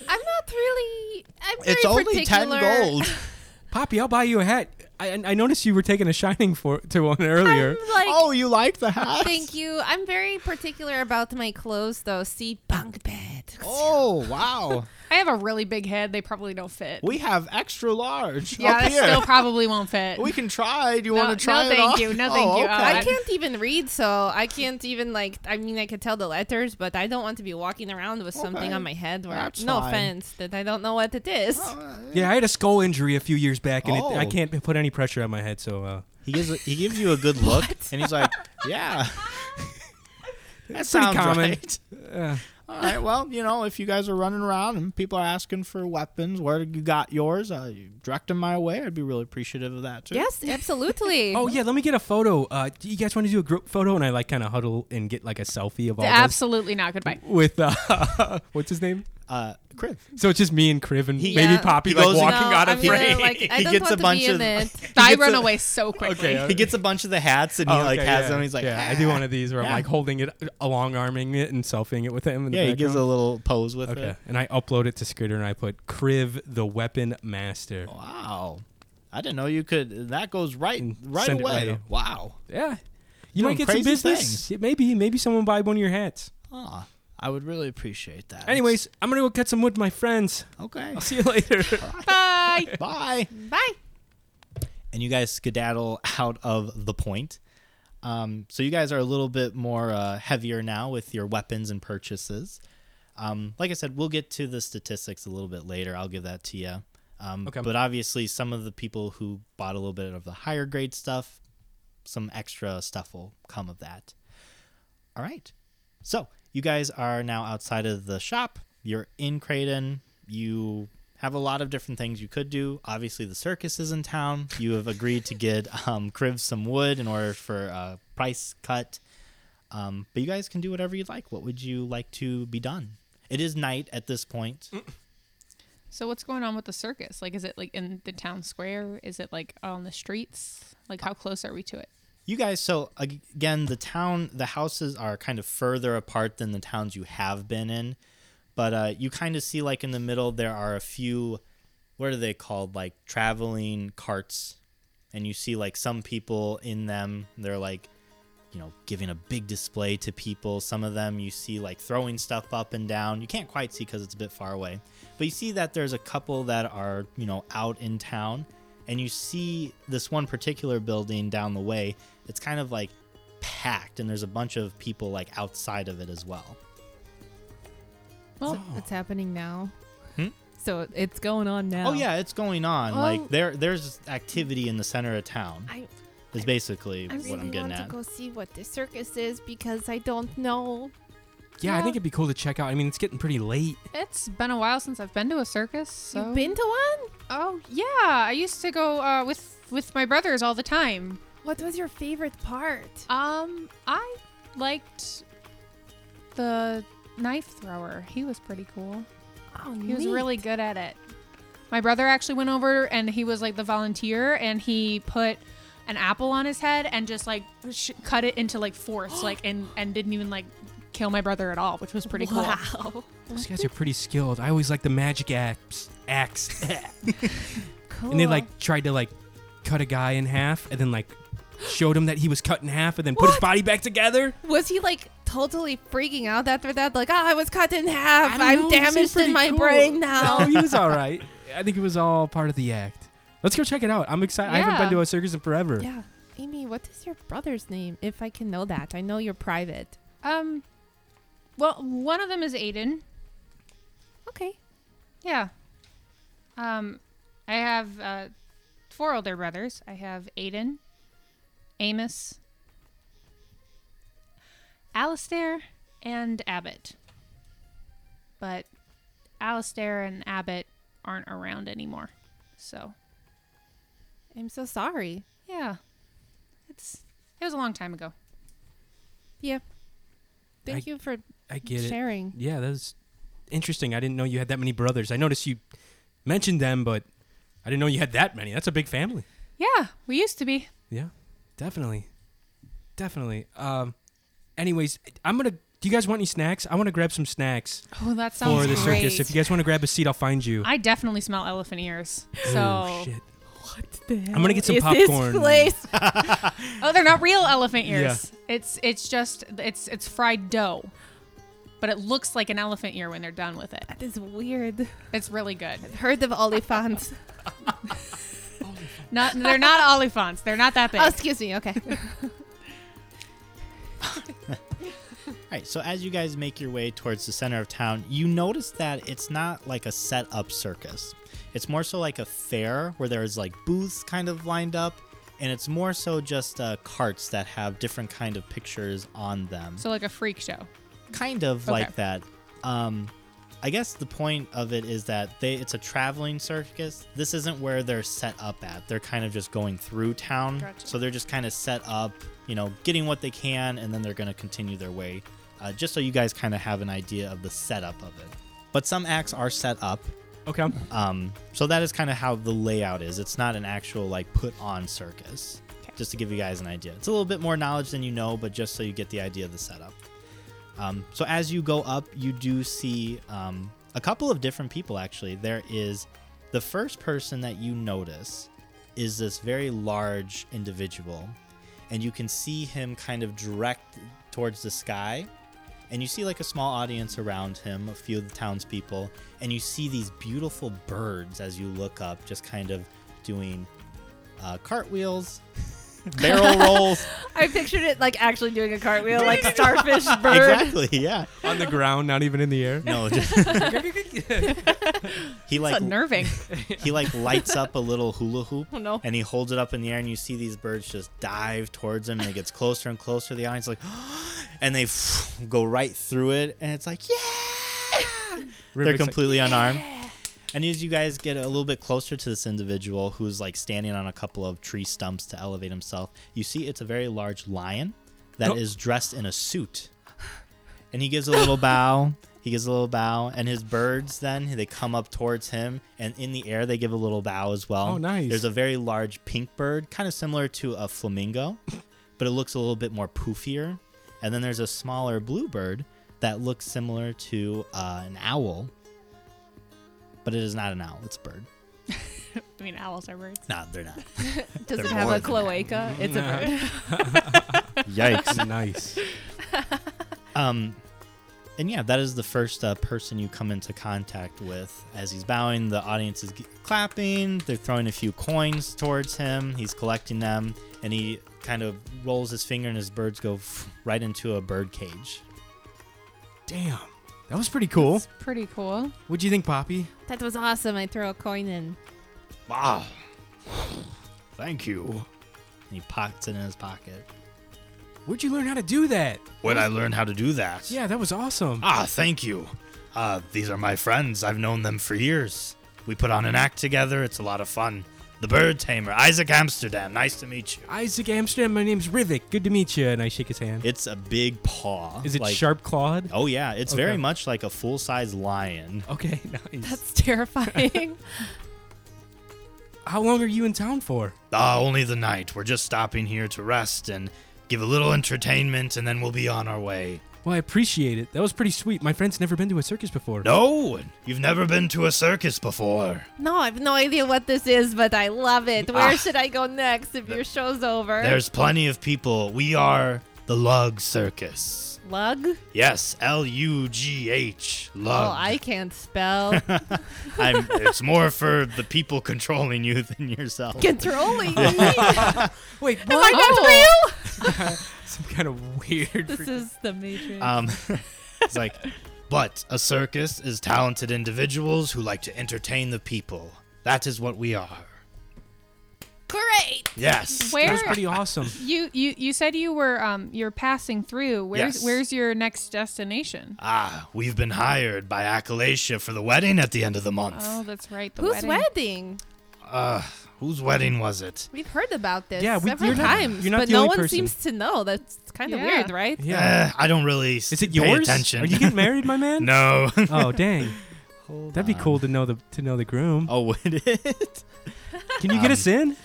Speaker 5: I'm not really. I'm very
Speaker 3: it's only ten
Speaker 5: particular.
Speaker 3: gold.
Speaker 4: Poppy, I'll buy you a hat. I, I- I noticed you were taking a shining for to one earlier.
Speaker 5: I'm like,
Speaker 3: oh, you like the hat?
Speaker 5: thank you. I'm very particular about my clothes, though. See, bunk bed.
Speaker 3: Oh wow,
Speaker 2: I have a really big head. They probably don't fit.
Speaker 3: we have extra large
Speaker 2: yeah,
Speaker 3: up
Speaker 2: that
Speaker 3: here.
Speaker 2: still probably won't fit.
Speaker 3: we can try. Do you
Speaker 2: No-
Speaker 3: want to try
Speaker 2: no,
Speaker 3: it
Speaker 2: thank
Speaker 3: on?
Speaker 2: you. No,
Speaker 3: Oh,
Speaker 2: thank you.
Speaker 3: okay.
Speaker 2: I
Speaker 5: I can't even read, so I can't even like. I mean, I could tell the letters, but I don't want to be walking around with something
Speaker 3: Okay.
Speaker 5: on my head. Where
Speaker 3: That's
Speaker 5: no
Speaker 3: fine.
Speaker 5: offense, that I don't know what it is.
Speaker 4: Yeah, I had a skull injury a few years back, and it, I
Speaker 3: Oh.
Speaker 4: can't put any pressure on my head, so uh,
Speaker 3: He gives a, he gives you a good look, and he's like, "Yeah, that's
Speaker 4: pretty common.
Speaker 3: Right.
Speaker 4: uh,
Speaker 3: All right. Well, you know, if you guys are running around and people are asking for weapons, where you got yours? Uh, you direct them my way. I'd be really appreciative of that too.
Speaker 5: Yes, absolutely.
Speaker 4: Oh yeah, let me get a photo. Uh, do you guys want to do a group photo? And I like kind of huddle and get like a selfie of all this
Speaker 2: Absolutely not. Goodbye.
Speaker 4: with uh, what's his name?
Speaker 3: Uh, Chris.
Speaker 4: So it's just me and Criv and
Speaker 5: He-
Speaker 4: maybe
Speaker 5: Yeah.
Speaker 4: Poppy
Speaker 3: He
Speaker 4: like
Speaker 3: goes-
Speaker 5: No,
Speaker 4: walking out
Speaker 5: I'm
Speaker 4: of
Speaker 5: gonna,
Speaker 4: frame.
Speaker 5: Like, I
Speaker 3: He
Speaker 5: don't
Speaker 3: gets
Speaker 5: want
Speaker 3: a bunch
Speaker 5: to be in
Speaker 3: of-
Speaker 5: it.
Speaker 2: I
Speaker 3: gets
Speaker 2: run
Speaker 3: a-
Speaker 2: away so quickly.
Speaker 4: Okay, all
Speaker 3: He gets a bunch of the hats, and he Oh, like
Speaker 4: Oh, Okay,
Speaker 3: has
Speaker 4: yeah.
Speaker 3: them. He's like, "Ah."
Speaker 4: yeah, I do one of these where I'm
Speaker 3: Yeah.
Speaker 4: like holding it, long arming it, and selfieing it with him. In the
Speaker 3: Yeah, he gives a
Speaker 4: background.
Speaker 3: little pose with
Speaker 4: Okay,
Speaker 3: it.
Speaker 4: and I upload it to Skritter and I put Criv the Weapon Master.
Speaker 3: Oh. Wow. I didn't know you could. That goes right
Speaker 4: Mm,
Speaker 3: right
Speaker 4: send it
Speaker 3: away.
Speaker 4: right up.
Speaker 3: wow.
Speaker 4: Yeah, you
Speaker 3: Doing
Speaker 4: might get some
Speaker 3: crazy
Speaker 4: business.
Speaker 3: things.
Speaker 4: Yeah, Maybe, maybe someone buy one of your hats.
Speaker 3: Huh. I would really appreciate that.
Speaker 4: Anyways, I'm gonna go cut some wood with my friends.
Speaker 3: okay.
Speaker 4: I'll see you later.
Speaker 2: Bye.
Speaker 3: Bye.
Speaker 5: Bye.
Speaker 3: and you guys skedaddle out of the point. Um, so you guys are a little bit more uh, heavier now with your weapons and purchases. Um, like I said, we'll get to the statistics a little bit later. I'll give that to you. Um,
Speaker 4: Okay.
Speaker 3: But obviously, some of the people who bought a little bit of the higher grade stuff, some extra stuff will come of that. All right. So you guys are now outside of the shop. You're in Creighton. You have a lot of different things you could do. Obviously, the circus is in town. You have agreed to get um, Crib some wood in order for a price cut. Um, but you guys can do whatever you'd like. What would you like to be done? It is night at this point.
Speaker 2: So what's going on with the circus? Like, is it like in the town square? Is it like on the streets? Like, how close are we to it?
Speaker 3: You guys, so ag- again, the town, the houses are kind of further apart than the towns you have been in, but uh, you kind of see like in the middle there are a few, what are they called? Like traveling carts, and you see like some people in them. They're like, you know, giving a big display to people. Some of them you see like throwing stuff up and down. You can't quite see because it's a bit far away, but you see that there's a couple that are you know out in town and you see this one particular building down the way it's kind of like packed and there's a bunch of people like outside of it as well
Speaker 1: Well,
Speaker 5: What's happening now?
Speaker 3: Oh. Hmm?
Speaker 1: so it's going on now.
Speaker 3: oh yeah it's going on
Speaker 5: Oh.
Speaker 3: like there there's activity in the center of town
Speaker 5: I,
Speaker 3: is basically
Speaker 5: I really
Speaker 3: what i'm getting
Speaker 5: want
Speaker 3: at
Speaker 5: to go see what the circus is because I don't know.
Speaker 4: yeah, I think it'd be cool to check out. I mean, it's getting pretty late.
Speaker 2: It's been a while since I've been to a circus. So.
Speaker 5: You've been to one?
Speaker 2: Oh yeah, I used to go uh, with with my brothers all the time.
Speaker 5: What was your favorite part?
Speaker 2: Um, I liked the knife thrower. He was pretty cool.
Speaker 5: Oh,
Speaker 2: He was really good at it. My brother actually went over and he was like the volunteer and he put an apple on his head and just like sh- cut it into like fourths like and and didn't even like kill my brother at all, which was pretty
Speaker 5: wow.
Speaker 2: cool.
Speaker 4: Those guys are pretty skilled. I always like the magic axe, axe,
Speaker 5: cool.
Speaker 4: and they like tried to like cut a guy in half, and then like showed him that he was cut in half, and then put his
Speaker 5: What?
Speaker 4: body back together.
Speaker 5: Was he like totally freaking out after that? Like, ah, I was cut in half.
Speaker 4: I
Speaker 5: I'm
Speaker 4: don't know, it seemed
Speaker 5: damaged
Speaker 4: pretty
Speaker 5: in my
Speaker 4: cool."
Speaker 5: brain
Speaker 4: Oh,
Speaker 5: now.
Speaker 4: he was all right. I think it was all part of the act. Let's go check it out. I'm excited. I haven't
Speaker 2: Yeah.
Speaker 4: been to a circus in forever.
Speaker 5: yeah. Amy, what is your brother's name? If I can know that. I know you're private.
Speaker 2: Um, well, one of them is Aiden.
Speaker 5: Okay.
Speaker 2: Yeah. Um, I have uh, four older brothers. I have Aiden, Amos, Alistair, and Abbott. But Alistair and Abbott aren't around anymore. So,
Speaker 5: I'm so sorry.
Speaker 2: yeah. It's it was a long time ago.
Speaker 5: Yeah. Thank
Speaker 4: I-
Speaker 5: you for
Speaker 4: I get it.
Speaker 5: sharing.
Speaker 4: Yeah, that was interesting. I didn't know you had that many brothers. I noticed you mentioned them, but I didn't know you had that many. That's a big family.
Speaker 2: Yeah, we used to be.
Speaker 4: Yeah, definitely, definitely. Um, anyways, I'm gonna. Do you guys want any snacks? I want to grab some snacks
Speaker 2: Oh, that sounds
Speaker 4: for the
Speaker 2: great.
Speaker 4: circus. If you guys want to grab a seat, I'll find you.
Speaker 2: I definitely smell elephant ears. So
Speaker 4: oh shit! I'm gonna get some
Speaker 5: Is
Speaker 4: popcorn.
Speaker 5: This place?
Speaker 2: Oh, they're not real elephant ears. It's it's just it's it's fried dough. But it looks like an elephant ear when they're done with it.
Speaker 5: that is weird.
Speaker 2: It's really good.
Speaker 5: Heard of olifants.
Speaker 2: Not they're not olifants. They're not that big.
Speaker 5: oh, excuse me. Okay.
Speaker 3: All right, so as you guys make your way towards the center of town, you notice that it's not like a set up circus. It's more so like a fair where there's like booths kind of lined up, and it's more so just uh, carts that have different kind of pictures on them.
Speaker 2: So like a freak show.
Speaker 3: kind of
Speaker 2: Okay.
Speaker 3: like that. Um, I guess the point of it is that they it's a traveling circus. This isn't where they're set up at. They're kind of just going through town.
Speaker 2: Gotcha.
Speaker 3: So they're just kind of set up, you know, getting what they can, and then they're going to continue their way. Uh, just so you guys kind of have an idea of the setup of it. But some acts are set up.
Speaker 4: Okay.
Speaker 3: Um, so that is kind of how the layout is. It's not an actual like put on circus. Just to give you guys an idea. It's a little bit more knowledge than you know, but just so you get the idea of the setup. Um, so as you go up, you do see um, a couple of different people. Actually, there is the first person that you notice is this very large individual, and you can see him kind of direct towards the sky, and you see like a small audience around him, a few of the townspeople, and you see these beautiful birds as you look up, just kind of doing uh, cartwheels, barrel rolls.
Speaker 5: I pictured it like actually doing a cartwheel, like starfish bird.
Speaker 3: exactly, yeah.
Speaker 4: on the ground, not even in the air.
Speaker 3: No, just, he
Speaker 2: It's
Speaker 3: like
Speaker 2: unnerving.
Speaker 3: he like lights up a little hula hoop
Speaker 5: Oh, no.
Speaker 3: and he holds it up in the air and you see these birds just dive towards him and it gets closer and closer the audience is like and they go right through it and it's like yeah they're
Speaker 4: River's like,
Speaker 3: completely unarmed and as you guys get a little bit closer to this individual who's like standing on a couple of tree stumps to elevate himself you see it's a very large lion that is
Speaker 4: Oh.
Speaker 3: dressed in a suit and he gives a little bow. He gives a little bow, and his birds then they come up towards him, and in the air they give a little bow as well.
Speaker 4: Oh, nice.
Speaker 3: There's a very large pink bird, kind of similar to a flamingo, but it looks a little bit more poofier. And then there's a smaller blue bird that looks similar to uh, an owl, but it is not an owl. It's a bird.
Speaker 2: I mean, owls are birds.
Speaker 3: No, they're not.
Speaker 5: Does it
Speaker 3: They're
Speaker 5: have
Speaker 3: more
Speaker 5: a
Speaker 3: than that.
Speaker 5: cloaca? It's a bird.
Speaker 3: Yikes.
Speaker 4: nice.
Speaker 3: Um, and yeah, that is the first uh, person you come into contact with. As he's bowing, the audience is g- clapping. They're throwing a few coins towards him. He's collecting them, and he kind of rolls his finger, and his birds go right into a bird cage.
Speaker 4: Damn, that was pretty cool.
Speaker 2: It's pretty cool.
Speaker 4: What'd you think, Poppy?
Speaker 5: That was awesome. I throw a coin in.
Speaker 3: Wow. Thank you. And he pockets it in his pocket.
Speaker 4: Where'd you learn how to do that?
Speaker 3: When I learned how to do that.
Speaker 4: Yeah, that was awesome.
Speaker 3: Ah, thank you. Uh, these are my friends. I've known them for years. We put on an act together. It's a lot of fun. The bird tamer, Isaac Amsterdam. Nice to meet you.
Speaker 4: Isaac Amsterdam. My name's Rivik. Good to meet you. And I shake his hand.
Speaker 3: It's a big paw.
Speaker 4: Is it
Speaker 3: like-
Speaker 4: sharp clawed?
Speaker 3: Oh yeah, it's very
Speaker 4: Okay.
Speaker 3: much like a full-size lion.
Speaker 4: Okay, nice.
Speaker 1: That's terrifying.
Speaker 4: How long are you in town for?
Speaker 3: Ah, only the night. We're just stopping here to rest and give a little entertainment, and then we'll be on our way.
Speaker 4: Well, I appreciate it. That was pretty sweet. My friend's never been to a circus before.
Speaker 3: No, you've never been to a circus before.
Speaker 5: No, I have no idea what this is, but I love it. Where
Speaker 3: Ah.
Speaker 5: should I go next if your show's over?
Speaker 3: There's plenty of people. We are the Lug Circus.
Speaker 5: lug.
Speaker 3: Yes, L U G H. Lug.
Speaker 5: Oh, I can't spell.
Speaker 3: I'm, it's more for the people controlling you than yourself.
Speaker 5: Controlling. me? Am
Speaker 4: Wait, what?
Speaker 5: I not real?
Speaker 4: Oh. Some kind of weird.
Speaker 1: this is the Matrix.
Speaker 4: Uh,
Speaker 3: Um, it's like, but a circus is talented individuals who like to entertain the people. That is what we are.
Speaker 5: Great.
Speaker 3: Yes.
Speaker 4: that
Speaker 2: Where
Speaker 4: was pretty awesome.
Speaker 2: you, you you said you were um you're passing through. Where's
Speaker 3: Yes.
Speaker 2: where's your next destination?
Speaker 3: Ah, we've been hired by Acalacia for the wedding at the end of the month.
Speaker 2: Oh, that's right. The
Speaker 5: Who's
Speaker 2: wedding.
Speaker 5: wedding?
Speaker 3: Uh, whose wedding was it?
Speaker 5: We've heard about this
Speaker 4: Yeah, we-
Speaker 5: several
Speaker 4: you're not-
Speaker 5: times,
Speaker 4: you're not
Speaker 5: but
Speaker 4: the
Speaker 5: no
Speaker 4: only
Speaker 5: one
Speaker 4: person.
Speaker 5: seems to know. That's kind of
Speaker 2: Yeah.
Speaker 5: weird, right?
Speaker 3: Eh,
Speaker 4: Yeah.
Speaker 3: I don't really s-
Speaker 4: Is it
Speaker 3: pay
Speaker 4: yours?
Speaker 3: attention.
Speaker 4: Are you getting married, my man?
Speaker 3: no.
Speaker 4: Oh, dang. That'd be cool to know the to know the groom.
Speaker 3: Oh, um, would it?
Speaker 4: Can you get us in?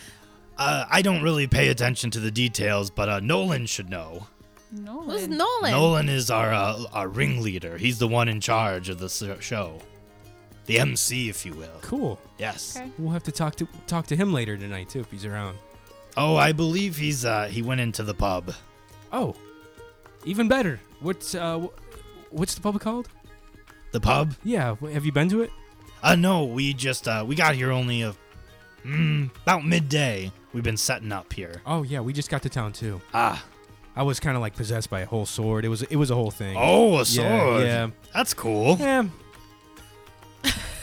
Speaker 3: Uh, I don't really pay attention to the details, but uh, Nolan should know.
Speaker 2: No.
Speaker 5: Who's
Speaker 2: then.
Speaker 5: Nolan?
Speaker 3: Nolan is our uh, our ringleader. He's the one in charge of the s- show, the MC, if you will.
Speaker 4: Cool.
Speaker 3: Yes.
Speaker 2: Okay.
Speaker 4: We'll have to talk to talk to him later tonight too if he's around.
Speaker 3: Oh, I believe he's uh he went into the pub.
Speaker 4: Oh, even better. What's uh, wh- what's the pub called?
Speaker 3: The pub?
Speaker 4: Yeah, wh- have you been to it?
Speaker 3: Uh, no, we just uh we got here only a, mm, about midday. We've been setting up here.
Speaker 4: Oh yeah, we just got to town too.
Speaker 3: Ah.
Speaker 4: I was kind of like possessed by a whole sword. It was it was a whole thing.
Speaker 3: Oh, a
Speaker 4: Yeah,
Speaker 3: sword.
Speaker 4: yeah.
Speaker 3: That's cool.
Speaker 4: Yeah.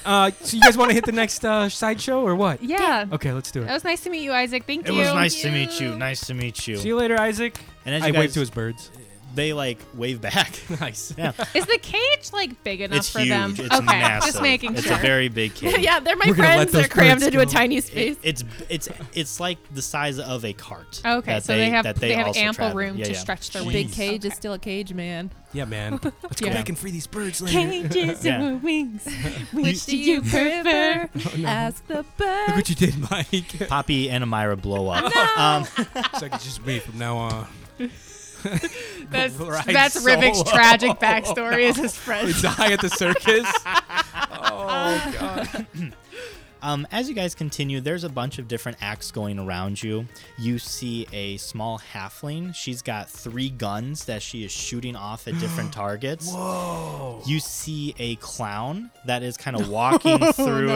Speaker 4: uh, so you guys want to hit the next uh, sideshow or what?
Speaker 2: Yeah.
Speaker 4: Okay, let's do
Speaker 2: That
Speaker 4: it.
Speaker 2: was nice to meet you, Isaac. Thank
Speaker 3: It
Speaker 2: you.
Speaker 3: was nice to meet you. Nice to meet you.
Speaker 4: See you later, Isaac.
Speaker 3: And as
Speaker 4: I
Speaker 3: you
Speaker 4: waved
Speaker 3: guys-
Speaker 4: to his birds.
Speaker 3: They like wave back.
Speaker 4: Nice.
Speaker 3: Yeah.
Speaker 2: Is the cage like big enough
Speaker 3: it's
Speaker 2: for
Speaker 3: huge.
Speaker 2: them?
Speaker 3: It's
Speaker 2: okay,
Speaker 3: massive.
Speaker 2: just making
Speaker 3: it's
Speaker 2: sure.
Speaker 3: a very big cage.
Speaker 5: yeah, they're my
Speaker 4: We're gonna let
Speaker 5: friends.
Speaker 4: those
Speaker 5: They're crammed
Speaker 4: birds
Speaker 5: into a
Speaker 4: go.
Speaker 5: tiny
Speaker 3: It-
Speaker 5: space.
Speaker 3: it's it's it's like the size of a cart.
Speaker 2: Okay,
Speaker 3: that
Speaker 2: so they, have
Speaker 3: that
Speaker 2: they, have
Speaker 3: also
Speaker 2: ample
Speaker 3: travel.
Speaker 2: room
Speaker 3: Yeah,
Speaker 2: to
Speaker 3: yeah.
Speaker 2: stretch their
Speaker 4: Jeez.
Speaker 2: wings.
Speaker 1: Big cage is
Speaker 2: Okay.
Speaker 1: still a cage, man.
Speaker 4: Yeah, man. Let's go
Speaker 2: Yeah.
Speaker 4: back and free these birds later.
Speaker 2: Cages
Speaker 3: Yeah.
Speaker 2: and wings. Which do
Speaker 5: Do
Speaker 2: you prefer?
Speaker 5: Ask the
Speaker 4: Oh, Look
Speaker 5: bird.
Speaker 4: what you did, Mike. so
Speaker 3: Poppy and Amira blow up. Um,
Speaker 4: I can just be from now on.
Speaker 2: That's,
Speaker 4: Right
Speaker 2: that's
Speaker 4: solo.
Speaker 2: Rivik's
Speaker 5: Oh.
Speaker 2: tragic backstory. Is his friend?
Speaker 4: die at the circus. oh god.
Speaker 3: Um, as you guys continue, there's a bunch of different acts going around you. You see a small halfling. She's got three guns that she is shooting off at different targets. Whoa!
Speaker 4: Oh,
Speaker 3: You see a clown that is kind of walking
Speaker 2: Oh,
Speaker 3: through.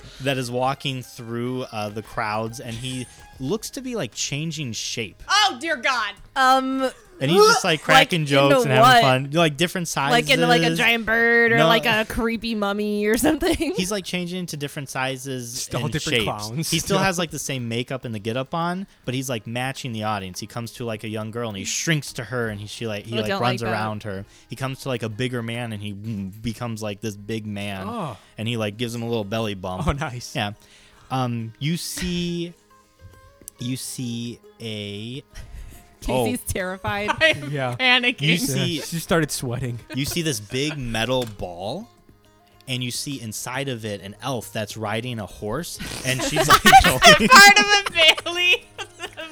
Speaker 3: that is walking through uh, the crowds, and he looks to be like changing shape.
Speaker 6: Oh dear God!
Speaker 5: Um,
Speaker 3: And he's just like cracking
Speaker 5: into
Speaker 3: jokes and having
Speaker 5: what?
Speaker 3: fun, like different sizes.
Speaker 5: like into like a giant bird or
Speaker 3: No.
Speaker 5: like a creepy mummy or something.
Speaker 3: He's like changing into different sizes
Speaker 4: Just all
Speaker 3: and
Speaker 4: different
Speaker 3: shapes.
Speaker 4: clowns.
Speaker 3: He still
Speaker 4: Yeah.
Speaker 3: has like the same makeup and the get up on, but he's like matching the audience. He comes to like a young girl and he shrinks to her and he she like he
Speaker 5: I
Speaker 3: like
Speaker 5: don't
Speaker 3: runs
Speaker 5: like that.
Speaker 3: around her. He comes to like a bigger man and he mm, becomes like this big man
Speaker 4: Oh.
Speaker 3: and he like gives him a little belly bump.
Speaker 4: Oh, nice.
Speaker 3: Yeah. Um you see you see a
Speaker 1: Casey's terrified.
Speaker 4: Yeah.
Speaker 2: Panicking.
Speaker 3: Oh. You
Speaker 4: Yeah,
Speaker 3: see
Speaker 4: she started sweating.
Speaker 3: you see this big metal ball and you see inside of it an elf that's riding a horse and she's like going-
Speaker 6: Part of a Bailey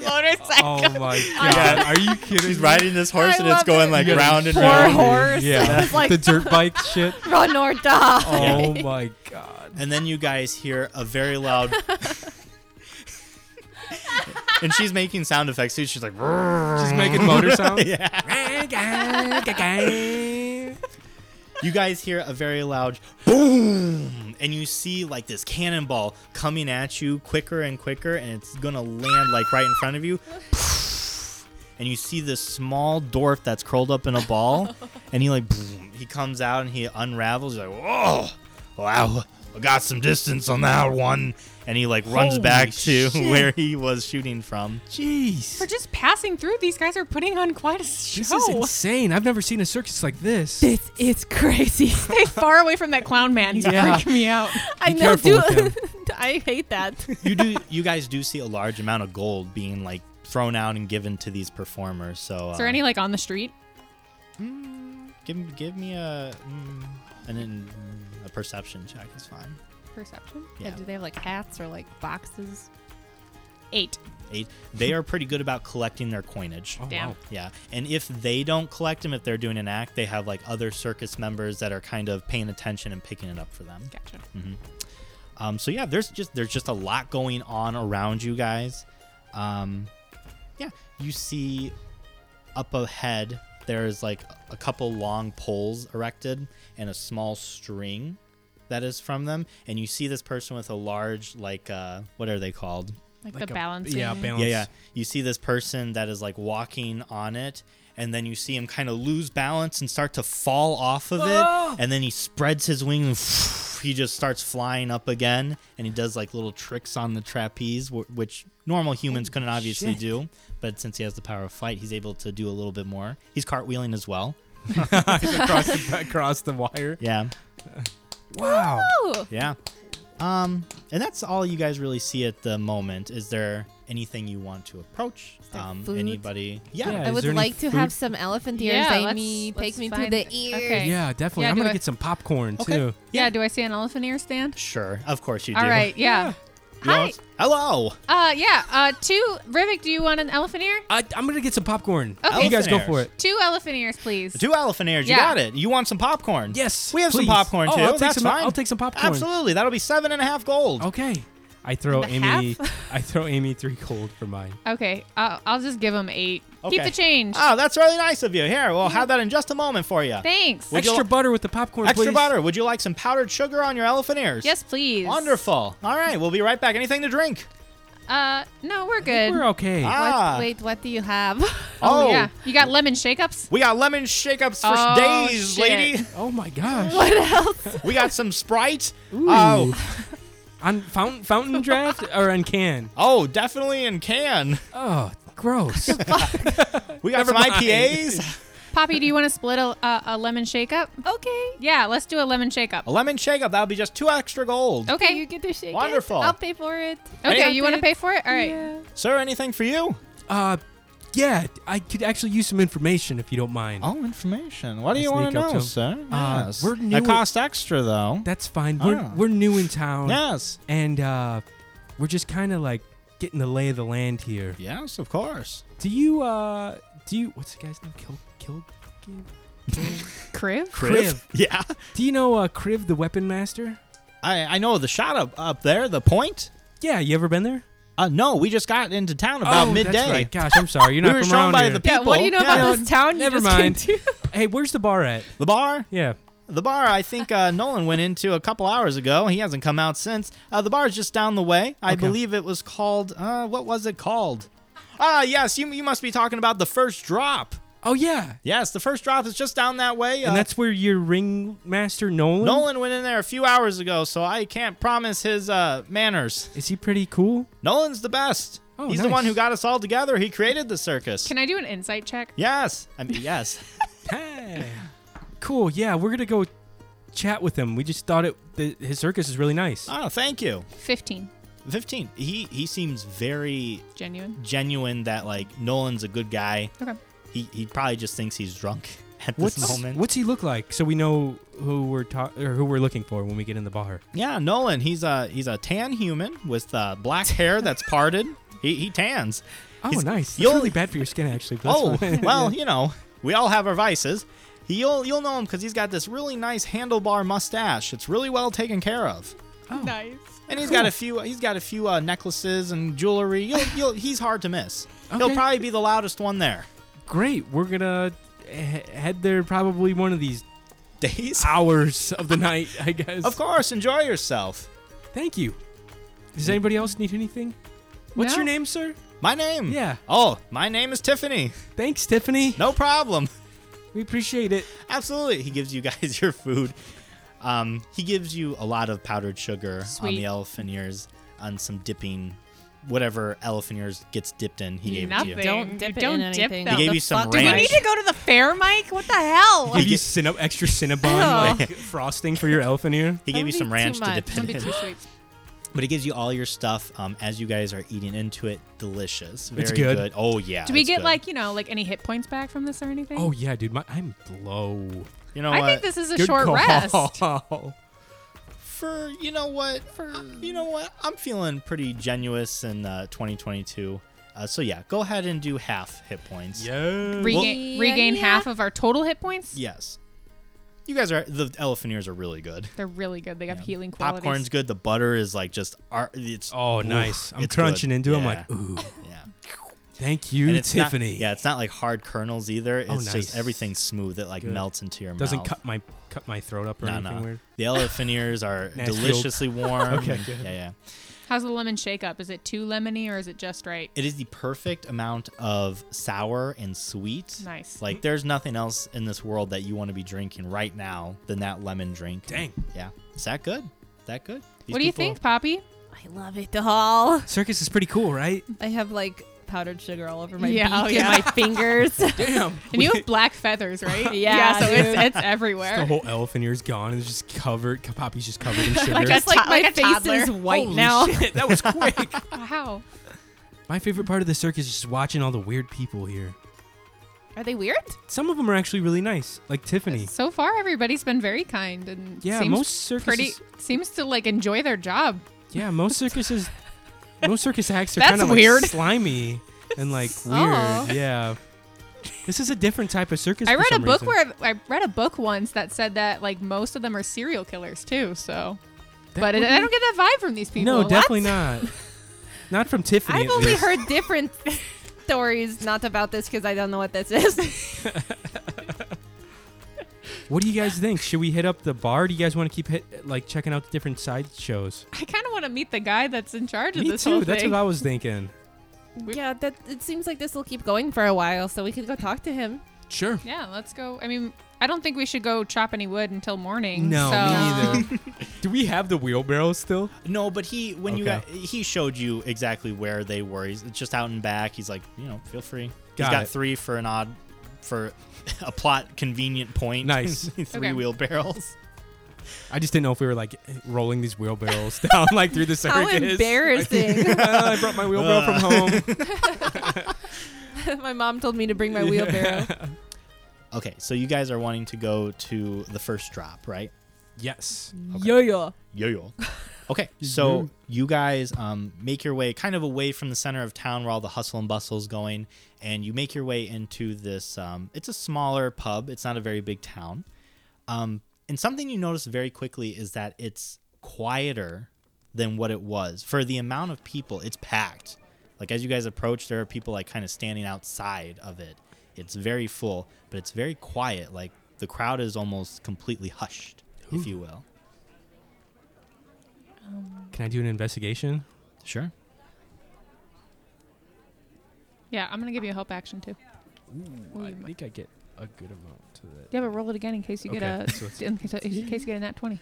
Speaker 6: motorcycle.
Speaker 4: Oh my god! Are you kidding?
Speaker 3: she's
Speaker 4: me?
Speaker 3: riding this horse
Speaker 5: I
Speaker 3: and it's
Speaker 5: love
Speaker 3: going
Speaker 5: it.
Speaker 3: like
Speaker 4: Yeah.
Speaker 3: round and
Speaker 5: Poor
Speaker 3: round
Speaker 5: horse.
Speaker 4: Yeah,
Speaker 5: It's like
Speaker 4: the dirt bike shit.
Speaker 5: run or die.
Speaker 4: Oh my god!
Speaker 3: and then you guys hear a very loud and she's making sound effects too she's like
Speaker 4: She's making motor sounds.
Speaker 3: yeah. you guys hear a very loud boom and you see like this cannonball coming at you quicker and quicker and it's gonna land like right in front of you and you see this small dwarf that's curled up in a ball and he like boom, he comes out and he unravels he's like whoa wow I got some distance on that one and he like runs
Speaker 4: Holy
Speaker 3: back to
Speaker 4: shit.
Speaker 3: where he was shooting from
Speaker 4: Jeez,
Speaker 2: For just passing through, these guys are putting on quite a show.
Speaker 4: this is insane. I've never seen a circus like this.
Speaker 5: This is crazy.
Speaker 2: Stay far away from that clown man. He's
Speaker 4: Yeah.
Speaker 2: freaking me out.
Speaker 5: I
Speaker 4: Be
Speaker 5: know.
Speaker 4: careful
Speaker 5: Do
Speaker 4: with him.
Speaker 5: I hate that?
Speaker 3: you do you guys do see a large amount of gold being like thrown out and given to these performers so
Speaker 2: Is there
Speaker 3: uh,
Speaker 2: any like on the street?
Speaker 3: give give me a mm, and then a perception check is fine
Speaker 2: Perception.
Speaker 3: Yeah.
Speaker 1: Do they have like hats or like boxes?
Speaker 2: Eight.
Speaker 3: eight they are pretty good about collecting their coinage
Speaker 4: Oh,
Speaker 2: Damn.
Speaker 4: wow.
Speaker 3: yeah and if they don't collect them if they're doing an act they have like other circus members that are kind of paying attention and picking it up for them
Speaker 2: Gotcha.
Speaker 3: um so yeah there's just there's just a lot going on around you guys um yeah you see up ahead there's like a couple long poles erected and a small string that is from them and you see this person with a large like uh what are they called
Speaker 2: Like,
Speaker 4: Like
Speaker 2: the
Speaker 4: a-
Speaker 2: balancing.
Speaker 4: Yeah, balance.
Speaker 3: yeah, yeah. You see this person that is like walking on it, and then you see him kind of lose balance and start to fall off of
Speaker 4: Whoa!
Speaker 3: it, and then he spreads his wings. And he just starts flying up again, and he does like little tricks on the trapeze, wh- which normal humans couldn't obviously
Speaker 4: shit.
Speaker 3: do. But since he has the power of flight, he's able to do a little bit more. He's cartwheeling as well.
Speaker 4: across, the, across the wire.
Speaker 3: Yeah,
Speaker 4: Wow.
Speaker 5: Oh,
Speaker 3: yeah. Um, and that's all you guys really see at the moment. Is there anything you want to approach?
Speaker 1: there
Speaker 3: Um,
Speaker 1: food?
Speaker 3: anybody? Yeah.
Speaker 1: I
Speaker 4: Is
Speaker 1: would
Speaker 4: there any
Speaker 1: like to
Speaker 4: food?
Speaker 1: have some elephant ears.
Speaker 2: Yeah, let's-
Speaker 1: Amy,
Speaker 2: let's
Speaker 1: take me to
Speaker 2: find
Speaker 1: the
Speaker 2: it.
Speaker 1: ears.
Speaker 2: Okay.
Speaker 4: Yeah, definitely.
Speaker 2: Yeah,
Speaker 4: I'm
Speaker 2: do
Speaker 4: gonna
Speaker 2: it.
Speaker 4: get some popcorn
Speaker 3: Okay.
Speaker 4: too.
Speaker 2: Yeah, do I see an elephant ear stand?
Speaker 3: Sure, of course you do.
Speaker 2: All right, yeah.
Speaker 3: You
Speaker 2: Hi.
Speaker 3: want- Hello.
Speaker 2: Uh, yeah. Uh, two. Rivik, do you want an elephant ear?
Speaker 4: I, I'm gonna get some popcorn.
Speaker 2: Okay.
Speaker 4: You guys go
Speaker 3: Elephant
Speaker 4: for
Speaker 3: ears.
Speaker 4: it.
Speaker 2: Two elephant ears, please.
Speaker 3: Two elephant ears. You
Speaker 2: Yeah.
Speaker 3: got it. You want some popcorn?
Speaker 4: Yes.
Speaker 3: We have
Speaker 4: please.
Speaker 3: some popcorn
Speaker 4: Oh,
Speaker 3: too.
Speaker 4: I'll take
Speaker 3: That's
Speaker 4: some,
Speaker 3: fine.
Speaker 4: I'll take some popcorn.
Speaker 3: Absolutely. That'll be seven and a half gold.
Speaker 4: Okay. I throw
Speaker 2: And a
Speaker 4: Amy. I throw Amy three gold for mine.
Speaker 2: Okay. Uh, I'll just give him eight.
Speaker 3: Okay.
Speaker 2: Keep the change.
Speaker 3: Oh, that's really nice of you. Here, we'll have that in just a moment for you.
Speaker 2: Thanks.
Speaker 3: Would you
Speaker 4: Extra
Speaker 3: li-
Speaker 4: butter with the popcorn,
Speaker 3: Extra
Speaker 4: please.
Speaker 3: butter. Would you like some powdered sugar on your elephant ears?
Speaker 2: Yes, please.
Speaker 3: Wonderful. All right, we'll be right back. Anything to drink?
Speaker 2: Uh, no, we're good.
Speaker 4: We're okay.
Speaker 3: ah.
Speaker 1: What, wait, what do you have?
Speaker 2: Oh,
Speaker 3: Oh,
Speaker 2: yeah. You got lemon shake-ups?
Speaker 3: We got lemon shake-ups for
Speaker 2: Oh,
Speaker 3: days,
Speaker 2: shit.
Speaker 3: lady.
Speaker 4: Oh my gosh.
Speaker 3: We got some Sprite.
Speaker 4: Ooh.
Speaker 3: Oh,
Speaker 4: On fountain fountain draft or on can?
Speaker 3: oh, definitely in can.
Speaker 4: Oh, gross.
Speaker 3: We got
Speaker 4: Never
Speaker 3: some
Speaker 4: mind.
Speaker 3: IPAs.
Speaker 2: Poppy, do you want to split a, a, a lemon shake-up?
Speaker 5: Okay.
Speaker 2: Yeah, let's do a lemon shake-up.
Speaker 3: A lemon shake-up. That'll be just two extra gold.
Speaker 2: Okay.
Speaker 5: You get to shake it.
Speaker 3: Wonderful.
Speaker 5: I'll pay for it.
Speaker 2: Okay,
Speaker 3: Anything?
Speaker 2: you want to pay for it? All right.
Speaker 5: Yeah.
Speaker 3: Sir, anything for you?
Speaker 4: uh, yeah. I could actually use some information if you don't mind.
Speaker 3: Oh, information. What do
Speaker 4: I
Speaker 3: you want
Speaker 4: sneak
Speaker 3: to
Speaker 4: up to
Speaker 3: know,
Speaker 4: him.
Speaker 3: sir?
Speaker 4: Uh,
Speaker 3: yes.
Speaker 4: we're new-
Speaker 3: It costs extra, though.
Speaker 4: That's fine. We're
Speaker 3: Ah.
Speaker 4: we're new in town.
Speaker 3: yes.
Speaker 4: And uh, we're just kind of like getting the lay of the land here.
Speaker 3: Yes, of course.
Speaker 4: Do you uh do you what's the guy's name? Kill Kill. Kill-
Speaker 2: Criv?
Speaker 4: Criv.
Speaker 3: Yeah.
Speaker 4: Do you know uh, Criv the Weapon Master?
Speaker 3: I, I know the shot up, up there, the point.
Speaker 4: Yeah, you ever been there?
Speaker 3: Uh, no, we just got into town about
Speaker 4: Oh,
Speaker 3: midday.
Speaker 4: That's right. Gosh, I'm sorry. You're
Speaker 3: We
Speaker 4: not
Speaker 3: were
Speaker 4: from
Speaker 3: shown
Speaker 4: around
Speaker 3: by
Speaker 4: here.
Speaker 3: the
Speaker 5: Yeah, what do you know
Speaker 3: People,
Speaker 5: about
Speaker 3: yeah.
Speaker 5: this town? You
Speaker 4: Never
Speaker 5: just
Speaker 4: mind.
Speaker 5: came to?
Speaker 4: hey, where's the bar at?
Speaker 3: The bar?
Speaker 4: Yeah.
Speaker 3: The bar, I think uh, Nolan went into a couple hours ago. He hasn't come out since. Uh, the bar's just down the way. I believe it was called. Uh, what was it called? Ah, yes, you, you must be talking about the first drop.
Speaker 4: Oh yeah.
Speaker 3: Yes, the first drop is just down that way. uh,
Speaker 4: And that's where your ringmaster Nolan.
Speaker 3: Nolan went in there a few hours ago, so I can't promise his uh, manners.
Speaker 4: Is he pretty cool?
Speaker 3: Nolan's the best.
Speaker 4: Oh,
Speaker 3: He's the
Speaker 4: nice.
Speaker 3: one who got us all together. He created the circus.
Speaker 2: Can I do an insight check?
Speaker 3: yes, I mean yes.
Speaker 4: Hey. cool. Yeah, we're gonna go chat with him. We just thought it. The, his circus is really nice.
Speaker 3: oh, thank you.
Speaker 2: 15.
Speaker 3: Fifteen. He he seems very
Speaker 2: Genuine.
Speaker 3: genuine that like Nolan's a good guy.
Speaker 2: Okay.
Speaker 3: He he probably just thinks he's drunk at
Speaker 4: What's
Speaker 3: this moment.
Speaker 4: what's he look like? So we know who we're ta- or who we're looking for when we get in the bar.
Speaker 3: Yeah, Nolan. He's a he's a tan human with uh, black hair that's parted. He he tans.
Speaker 4: Oh,
Speaker 3: He's-
Speaker 4: nice. That's
Speaker 3: you'll-
Speaker 4: really bad for your skin, actually. but that's
Speaker 3: oh
Speaker 4: fine.
Speaker 3: well, you know we all have our vices. He- You'll you'll know him because he's got this really nice handlebar mustache. It's really well taken care of.
Speaker 4: Oh,
Speaker 6: Nice.
Speaker 3: And he's got a few. He's got a few uh, necklaces and jewelry. You'll, you'll, he's hard to miss. He'll
Speaker 4: Okay.
Speaker 3: probably be the loudest one there.
Speaker 4: great. We're gonna he- head there probably one of these
Speaker 3: Days.
Speaker 4: hours of the night, I guess.
Speaker 3: Of course, enjoy yourself.
Speaker 4: Thank you. Does anybody else need anything? What's your name, sir?
Speaker 3: My name.
Speaker 4: Yeah.
Speaker 3: Oh, my name is Tiffany.
Speaker 4: Thanks, Tiffany.
Speaker 3: No problem.
Speaker 4: We appreciate it.
Speaker 3: Absolutely. He gives you guys your food. Um, he gives you a lot of powdered sugar on
Speaker 2: Sweet.
Speaker 3: the elephant ears, on some dipping, whatever elephant ears gets dipped in. He gave it to you.
Speaker 5: Don't dip it
Speaker 6: Don't
Speaker 5: in
Speaker 6: dip
Speaker 5: anything.
Speaker 6: that.
Speaker 3: He gave
Speaker 6: The
Speaker 3: you some
Speaker 6: fuck- Do we
Speaker 3: ranch.
Speaker 6: need to go to the fair, Mike? What the hell?
Speaker 4: Give you cinna- extra Cinnabon like, frosting for your elephant ear.
Speaker 3: He gave you
Speaker 5: Don't
Speaker 3: some
Speaker 5: be too
Speaker 3: ranch to
Speaker 5: much.
Speaker 3: dip
Speaker 2: Don't
Speaker 3: it
Speaker 2: be
Speaker 3: in.
Speaker 2: too sweet.
Speaker 3: But it gives you all your stuff um, as you guys are eating into it. Delicious. Very
Speaker 4: It's good.
Speaker 3: Oh yeah.
Speaker 2: Do we
Speaker 3: it's
Speaker 2: get
Speaker 3: good.
Speaker 2: like, you know, like any hit points back from this or anything?
Speaker 4: Oh yeah, dude, my, I'm low.
Speaker 3: you know
Speaker 2: I
Speaker 3: what?
Speaker 2: think this is a short rest.
Speaker 3: for you know what for you know what I'm feeling pretty genuous in uh, 2022. Uh, so yeah, go ahead and do half hit points.
Speaker 4: Yeah.
Speaker 2: Regain, regain half of our total hit points?
Speaker 3: Yes. You guys are the elephant ears are really good.
Speaker 2: They're really good. They have healing qualities.
Speaker 3: Popcorn's good. The butter is like just art. It's
Speaker 4: Oh,
Speaker 3: oof,
Speaker 4: nice. I'm
Speaker 3: it's
Speaker 4: crunching
Speaker 3: good.
Speaker 4: into it. I'm
Speaker 3: Yeah,
Speaker 4: like, ooh,
Speaker 3: yeah.
Speaker 4: thank you,
Speaker 3: And it's not-
Speaker 4: Tiffany.
Speaker 3: yeah, it's not like hard kernels either. It's
Speaker 4: Oh,
Speaker 3: just
Speaker 4: nice.
Speaker 3: everything's smooth. It like
Speaker 4: Good.
Speaker 3: melts into your
Speaker 4: Doesn't
Speaker 3: mouth.
Speaker 4: cut my cut my throat up or
Speaker 3: No,
Speaker 4: anything
Speaker 3: no.
Speaker 4: weird.
Speaker 3: The elephant ears are
Speaker 4: Nice field.
Speaker 3: deliciously warm.
Speaker 4: Okay,
Speaker 3: and-
Speaker 4: good.
Speaker 3: Yeah, yeah.
Speaker 2: How's the lemon shake up? Is it too lemony or is it just right?
Speaker 3: It is the perfect amount of sour and sweet.
Speaker 2: Nice.
Speaker 3: Like there's nothing else in this world that you want to be drinking right now than that lemon drink.
Speaker 4: Dang.
Speaker 3: Yeah. Is that good? that good? These
Speaker 2: what do you
Speaker 3: people-
Speaker 2: think, Poppy?
Speaker 5: I love it all.
Speaker 4: Circus is pretty cool, right?
Speaker 5: I have like powdered sugar all over my
Speaker 2: Yeah, oh,
Speaker 5: beak
Speaker 2: yeah.
Speaker 5: and my fingers.
Speaker 4: Damn.
Speaker 2: And you have black feathers, right?
Speaker 5: Yeah,
Speaker 2: so
Speaker 5: dude.
Speaker 2: it's, it's
Speaker 4: The
Speaker 2: everywhere.
Speaker 4: whole elephant ear's gone and it's just covered. Poppy's just covered in sugar.
Speaker 2: Like a
Speaker 5: Just like
Speaker 2: to-
Speaker 5: my
Speaker 2: like a
Speaker 5: face
Speaker 2: toddler.
Speaker 5: is white
Speaker 4: Holy
Speaker 5: now.
Speaker 4: shit, that was quick.
Speaker 2: Wow.
Speaker 4: My favorite part of the circus is just watching all the weird people here.
Speaker 5: Are they weird?
Speaker 4: Some of them are actually really nice, like Tiffany.
Speaker 2: So far, everybody's been very kind and
Speaker 4: Yeah,
Speaker 2: seems
Speaker 4: most circuses.
Speaker 2: pretty seems to like enjoy their job.
Speaker 4: Yeah, most circuses. most circus acts are
Speaker 2: That's
Speaker 4: kind of
Speaker 2: weird.
Speaker 4: like slimy and like weird.
Speaker 2: Oh.
Speaker 4: Yeah. This is a different type of circus.
Speaker 2: I
Speaker 4: for
Speaker 2: read a
Speaker 4: some
Speaker 2: book
Speaker 4: reason.
Speaker 2: where I read a book once that said that like most of them are serial killers too. So,
Speaker 4: That
Speaker 2: but it,
Speaker 4: would
Speaker 2: I don't get that vibe from these people.
Speaker 4: No,
Speaker 2: What?
Speaker 4: definitely not. Not from Tiffany.
Speaker 5: I've
Speaker 4: at
Speaker 5: only
Speaker 4: least.
Speaker 5: heard different stories, not about this because I don't know what this is.
Speaker 4: What do you guys think? Should we hit up the bar? Do you guys want to keep hit, like checking out the different side shows?
Speaker 2: I kind of want to meet the guy that's in charge of
Speaker 4: Me
Speaker 2: this whole
Speaker 4: too. That's
Speaker 2: thing.
Speaker 4: what I was thinking.
Speaker 5: yeah, that it seems like this will keep going for a while, so we could go talk to him.
Speaker 4: Sure.
Speaker 2: yeah, let's go. I mean, I don't think we should go chop any wood until morning.
Speaker 4: No,
Speaker 2: so.
Speaker 4: me neither. do we have the wheelbarrow still?
Speaker 3: No, but he when you
Speaker 4: Okay.
Speaker 3: got, he showed you exactly where they were. He's it's just out and back. He's like, you know, feel free.
Speaker 4: Got
Speaker 3: He's got
Speaker 4: it.
Speaker 3: three for an odd for a plot convenient point.
Speaker 4: Nice.
Speaker 3: three
Speaker 2: Okay.
Speaker 3: wheelbarrows.
Speaker 4: I just didn't know if we were like rolling these wheelbarrows down like through the
Speaker 5: How
Speaker 4: circus.
Speaker 5: embarrassing!
Speaker 4: Like, "Ah, I brought my wheelbarrow from home.
Speaker 5: my mom told me to bring my wheelbarrow.
Speaker 3: Okay, so you guys are wanting to go to the first drop, right?
Speaker 4: yes.
Speaker 5: Yo yo.
Speaker 3: Yo yo. Okay, so you guys um, make your way kind of away from the center of town where all the hustle and bustle is going, and you make your way into this. Um, it's a smaller pub. It's not a very big town, um, and something you notice very quickly is that it's quieter than what it was for the amount of people. It's packed. Like as you guys approach, there are people like kind of standing outside of it. It's very full, but it's very quiet. Like the crowd is almost completely hushed, if you will.
Speaker 4: Can I do an investigation?
Speaker 3: Sure.
Speaker 2: Yeah, I'm gonna give you a help action too.
Speaker 4: Ooh, I think I get a good amount to that.
Speaker 2: Yeah, but roll it again in case you get
Speaker 4: Okay,
Speaker 2: a
Speaker 4: so it's-
Speaker 2: in, case, in case you get a nat twenty.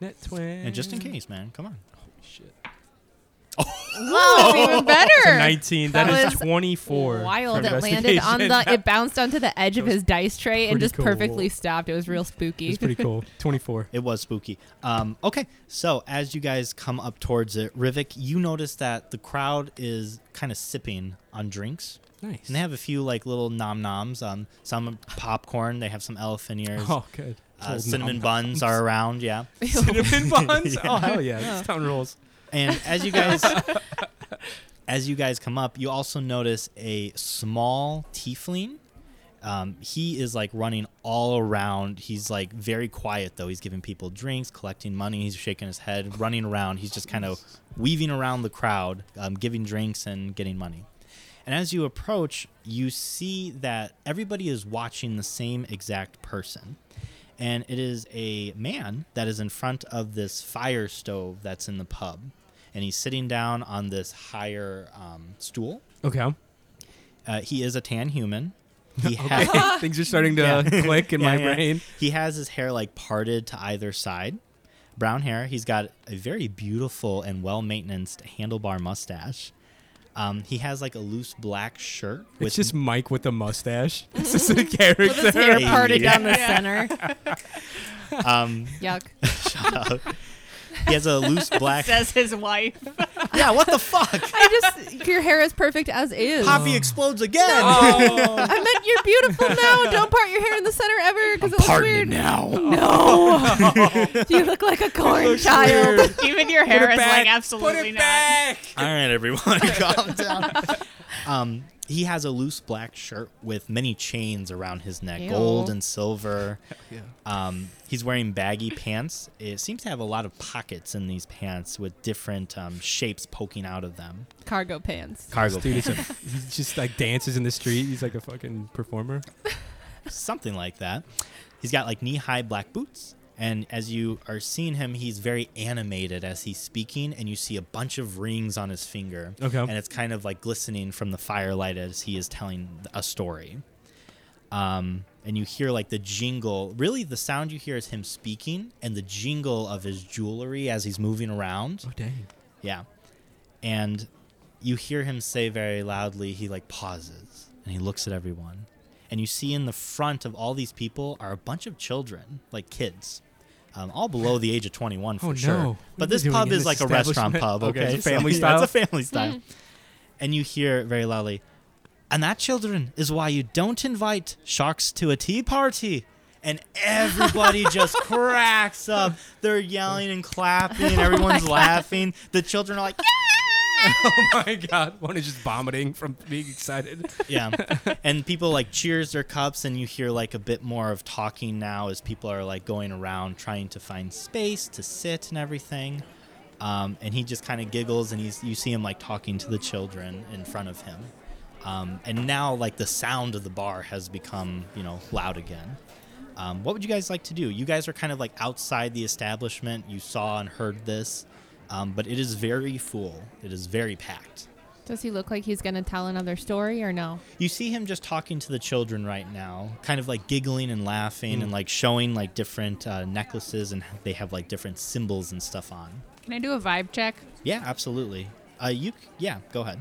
Speaker 4: Net twin.
Speaker 3: And just
Speaker 4: Mm.
Speaker 3: in case, man, come on.
Speaker 4: Holy shit.
Speaker 5: Whoa,
Speaker 6: That's even better.
Speaker 4: It's a 19. that
Speaker 5: That
Speaker 4: is
Speaker 5: was
Speaker 4: 24.
Speaker 1: wild.
Speaker 4: for
Speaker 5: it landed on the
Speaker 4: investigation.
Speaker 5: it bounced onto the edge of
Speaker 4: That was
Speaker 5: his dice tray and
Speaker 4: pretty
Speaker 5: just perfectly
Speaker 4: cool.
Speaker 5: stopped. It was real spooky.
Speaker 4: It's pretty cool. 24.
Speaker 3: It was spooky. Um, okay, so as you guys come up towards it, Rivik, you notice that the crowd is kind of sipping on drinks,
Speaker 4: Nice.
Speaker 3: and they have a few like little nom noms. Um, some popcorn. They have some elephant ears.
Speaker 4: oh, good.
Speaker 3: uh, cinnamon buns are around. Yeah,
Speaker 4: cinnamon buns? Oh, hell yeah. This town rolls.
Speaker 3: and as you guys. As you guys come up, you also notice a small tiefling. Um, he is like running all around. He's like very quiet though. He's giving people drinks, collecting money. He's shaking his head, running around. He's just kind of weaving around the crowd, um, giving drinks and getting money. And as you approach, you see that everybody is watching the same exact person. And it is a man that is in front of this fire stove that's in the pub. And he's sitting down on this higher um, stool.
Speaker 4: Okay.
Speaker 3: Uh, he is a tan human. He has,
Speaker 4: okay. Things are starting to
Speaker 3: Yeah.
Speaker 4: click in
Speaker 3: Yeah,
Speaker 4: my
Speaker 3: yeah.
Speaker 4: brain.
Speaker 3: He has his hair like parted to either side. Brown hair. He's got a very beautiful and well maintained handlebar mustache. Um, he has like a loose black shirt.
Speaker 4: It's just Mike with a mustache. It's just a character.
Speaker 5: With his hair
Speaker 3: Yeah.
Speaker 5: parted down the center.
Speaker 3: um,
Speaker 5: Yuck.
Speaker 3: shut up. He has a loose black.
Speaker 6: Says his wife.
Speaker 3: yeah, what the fuck?
Speaker 5: I just your hair is perfect as is.
Speaker 3: Poppy explodes again.
Speaker 5: I meant you're beautiful now. Don't part your hair in the center ever because it looks
Speaker 3: Pardon
Speaker 5: weird.
Speaker 3: it now.
Speaker 5: No, you look like a corn child.
Speaker 6: Even your hair is
Speaker 4: back.
Speaker 6: like absolutely not.
Speaker 4: back.
Speaker 3: All right, everyone, calm down. Um, he has a loose black shirt with many chains around his neck,
Speaker 5: Ew.
Speaker 3: gold and silver. Um, he's wearing baggy pants. It seems to have a lot of pockets in these pants with different um, shapes poking out of them.
Speaker 5: Cargo pants.
Speaker 3: Cargo
Speaker 4: Dude,
Speaker 3: pants,
Speaker 4: it's a, he just like dances in the street. He's like a fucking performer.
Speaker 3: something like that. He's got like knee-high black boots. And as you are seeing him, he's very animated as he's speaking, and you see a bunch of rings on his finger.
Speaker 4: Okay.
Speaker 3: and it's kind of like glistening from the firelight as he is telling a story. Um, and you hear like the jingle. Really, the sound you hear is him speaking and the jingle of his jewelry as he's moving around.
Speaker 4: oh, dang.
Speaker 3: Yeah. And you hear him say very loudly, he like pauses and he looks at everyone. And you see in the front of all these people are a bunch of children, like kids. Um, all below the age of 21 for
Speaker 4: Oh,
Speaker 3: sure.
Speaker 4: no. What are
Speaker 3: But
Speaker 4: we
Speaker 3: this
Speaker 4: doing
Speaker 3: pub
Speaker 4: in
Speaker 3: is
Speaker 4: this
Speaker 3: like a restaurant
Speaker 4: establishment?
Speaker 3: pub,
Speaker 4: Okay,
Speaker 3: okay?
Speaker 4: it's a family
Speaker 3: So, yeah, it's a
Speaker 4: style.
Speaker 3: family style. and you hear very loudly, and that, children, is why you don't invite sharks to a tea party. And everybody just cracks up. They're yelling and clapping. Everyone's laughing. The children are like,
Speaker 4: Oh my god. One is just vomiting from being excited.
Speaker 3: yeah. And people like cheers their cups, and you hear like a bit more of talking now as people are like going around trying to find space to sit and everything. Um, and he just kind of giggles, and he's, you see him like talking to the children in front of him. Um, and now, like, the sound of the bar has become, you know, loud again. Um, what would you guys like to do? You guys are kind of like outside the establishment. You saw and heard this, um, but it is very full, it is very packed.
Speaker 5: Does he look like he's gonna tell another story or no?
Speaker 3: You see him just talking to the children right now, kind of like giggling and laughing and like showing like different uh, necklaces and they have like different symbols and stuff on.
Speaker 2: Can I do a vibe check?
Speaker 3: Yeah, absolutely. Uh, you c- yeah, go ahead.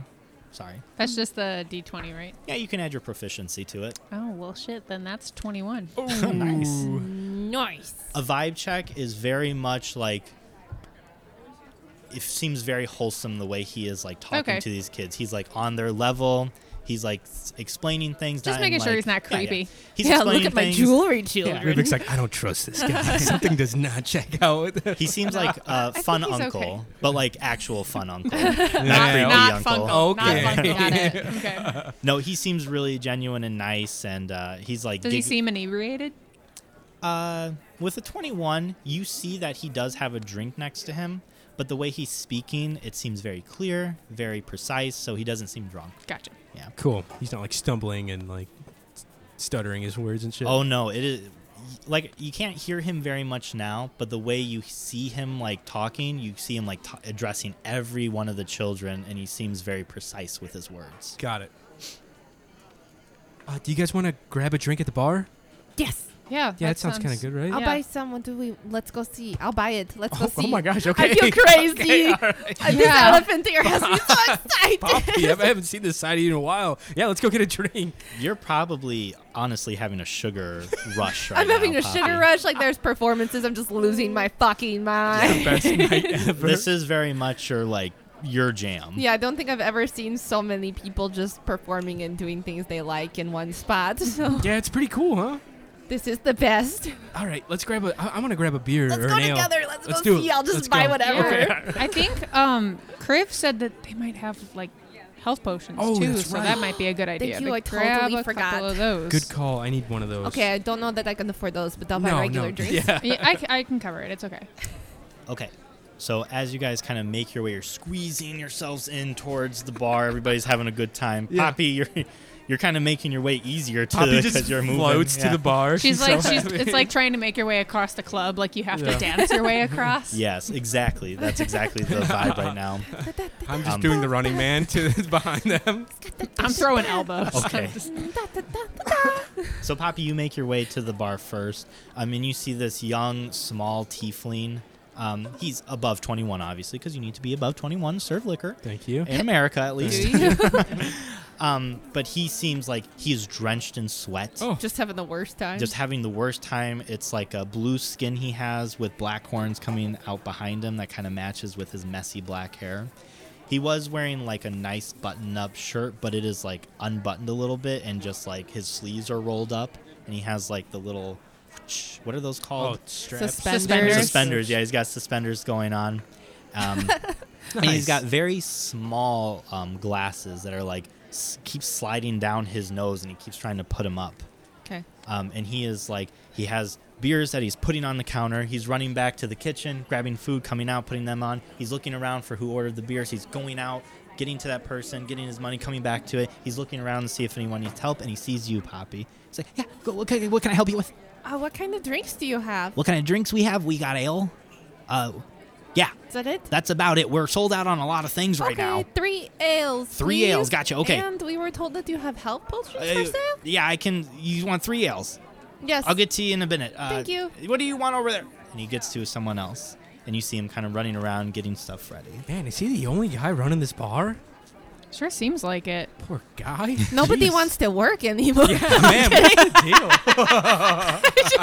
Speaker 3: Sorry.
Speaker 2: That's just the d20, right?
Speaker 3: Yeah, you can add your proficiency to it.
Speaker 2: Oh well, shit. Then that's 21.
Speaker 3: nice.
Speaker 5: Nice.
Speaker 3: A vibe check is very much like it seems very wholesome the way he is like talking
Speaker 2: Okay.
Speaker 3: to these kids. He's like on their level. He's like s- explaining things.
Speaker 2: Just
Speaker 3: not in,
Speaker 2: making sure
Speaker 3: like-
Speaker 2: he's not
Speaker 3: Yeah, yeah.
Speaker 2: creepy.
Speaker 3: He's
Speaker 5: yeah,
Speaker 3: explaining
Speaker 5: look at my
Speaker 3: things.
Speaker 5: jewelry, children.
Speaker 4: Rubik's like, I don't trust this guy. Something does not check out.
Speaker 3: He seems like a
Speaker 2: think
Speaker 3: fun
Speaker 2: he's
Speaker 3: uncle,
Speaker 2: okay.
Speaker 3: but like actual fun uncle.
Speaker 4: Not-
Speaker 3: creepy
Speaker 2: not
Speaker 3: uncle.
Speaker 2: Funko.
Speaker 4: Okay.
Speaker 2: Not Funko.
Speaker 5: Got it.
Speaker 2: Okay.
Speaker 3: No, he seems really genuine and nice, and uh, he's like.
Speaker 2: Does he
Speaker 3: gig-
Speaker 2: seem inebriated?
Speaker 3: Uh, with a 21, you see that he does have a drink next to him, but the way he's speaking, it seems very clear, very precise, so he doesn't seem drunk.
Speaker 2: Gotcha.
Speaker 3: Yeah.
Speaker 4: Cool. He's not like stumbling and like stuttering his words and shit.
Speaker 3: Oh no, it is like you can't hear him very much now, but the way you see him like talking, you see him like t- addressing every one of the children, and he seems very precise with his words.
Speaker 4: got it. Uh, do you guys want to grab a drink at the bar?
Speaker 5: Yes.
Speaker 2: Yeah.
Speaker 4: Yeah, that, sounds, kind of good, right?
Speaker 5: I'll
Speaker 2: Yeah.
Speaker 5: buy someone. Do we? Let's go see. I'll buy it. Let's
Speaker 4: Oh,
Speaker 5: go see.
Speaker 4: oh my gosh! Okay.
Speaker 5: I feel crazy.
Speaker 4: all right.
Speaker 5: Uh, This
Speaker 2: Yeah.
Speaker 5: elephant ear has me so excited.
Speaker 4: Poppy, I haven't seen this side of you in a while. Yeah, let's go get a drink.
Speaker 3: You're probably honestly having a sugar rush right
Speaker 5: I'm having
Speaker 3: now,
Speaker 5: a
Speaker 3: Poppy.
Speaker 5: sugar rush. Like there's performances. I'm just losing my fucking mind.
Speaker 4: Best night ever.
Speaker 3: This is very much your like your jam.
Speaker 5: Yeah, I don't think I've ever seen so many people just performing and doing things they like in one spot. So
Speaker 4: yeah, it's pretty cool, huh?
Speaker 5: this is the best.
Speaker 4: All right, let's grab a. I, I want to grab a beer
Speaker 5: Let's
Speaker 4: or
Speaker 5: go
Speaker 4: an ale.
Speaker 5: together. Let's,
Speaker 4: Let's do
Speaker 5: go
Speaker 4: it.
Speaker 5: see. I'll just
Speaker 4: Let's
Speaker 5: buy
Speaker 4: go.
Speaker 5: whatever.
Speaker 2: Yeah. I think um Criv said that they might have like health potions
Speaker 4: Oh,
Speaker 2: too,
Speaker 4: that's
Speaker 2: so
Speaker 4: right.
Speaker 2: that might be a good idea.
Speaker 5: you,
Speaker 2: to
Speaker 5: I
Speaker 2: grab
Speaker 5: totally
Speaker 2: a
Speaker 5: forgot.
Speaker 2: couple of those.
Speaker 4: Good call. I need one of those.
Speaker 5: Okay, I don't know that I can afford those, but I'll buy
Speaker 4: No,
Speaker 5: regular
Speaker 4: no.
Speaker 5: drinks.
Speaker 4: Yeah.
Speaker 2: Yeah, I, c- I can cover it. It's okay.
Speaker 3: Okay. So as you guys kind of make your way, you're squeezing yourselves in towards the bar. Everybody's having a good time.
Speaker 4: Yeah.
Speaker 3: Poppy, you're you're kind of making your way easier too
Speaker 4: Poppy just
Speaker 3: because you're moving.
Speaker 4: floats to
Speaker 3: Yeah.
Speaker 4: the bar.
Speaker 2: She's like,
Speaker 4: so
Speaker 2: she's,
Speaker 4: happy.
Speaker 2: it's like trying to make your way across the club. Like you have
Speaker 4: Yeah.
Speaker 2: to dance your way across.
Speaker 3: Yes, exactly. That's exactly the vibe right now.
Speaker 4: I'm just
Speaker 3: um,
Speaker 4: doing the running man to behind them.
Speaker 2: I'm throwing elbows.
Speaker 3: Okay. So Poppy, you make your way to the bar first. Um, and you see this young, small tiefling. Um, he's above 21, obviously, because you need to be above 21 to serve liquor
Speaker 4: Thank you.
Speaker 3: in America, at
Speaker 4: Do
Speaker 3: least. um, but he seems like he is drenched in sweat.
Speaker 4: Oh.
Speaker 5: Just having the worst time.
Speaker 3: just having the worst time. It's like a blue skin he has with black horns coming out behind him that kind of matches with his messy black hair. He was wearing like a nice button up shirt, but it is like unbuttoned a little bit and just like his sleeves are rolled up and he has like the little what are those called?
Speaker 2: Suspenders.
Speaker 3: Suspenders. Yeah, he's got suspenders going on. Um, And he's got very small um, glasses that are like s- keep sliding down his nose and he keeps trying to put them up
Speaker 5: okay.
Speaker 3: um, and he is like he has beers that he's putting on the counter he's running back to the kitchen grabbing food coming out putting them on he's looking around for who ordered the beers he's going out getting to that person getting his money coming back to it he's looking around to see if anyone needs help and he sees you poppy he's like yeah go, what, can, what can i help you with
Speaker 5: Uh, what kind of drinks do you have?
Speaker 3: what kind of drinks we have we got ale uh yeah
Speaker 5: Is that it?
Speaker 3: that's about it we're sold out on a lot of things right
Speaker 5: okay,
Speaker 3: now
Speaker 5: three ales.
Speaker 3: Three
Speaker 5: please.
Speaker 3: ales, gotcha, okay.
Speaker 5: And we were told that you have health potions
Speaker 3: Uh,
Speaker 5: for sale?
Speaker 3: yeah i can you want three ales
Speaker 5: Yes.
Speaker 3: I'll get to you in a minute. Uh,
Speaker 5: Thank you.
Speaker 3: What do you want over there? And he gets to someone else, and you see him kind of running around getting stuff ready.
Speaker 4: Man, is he the only guy running this bar?
Speaker 2: Sure seems like it.
Speaker 4: Poor guy.
Speaker 5: Nobody
Speaker 4: Jeez.
Speaker 5: wants to work anymore.
Speaker 4: Yeah, man, what's the deal?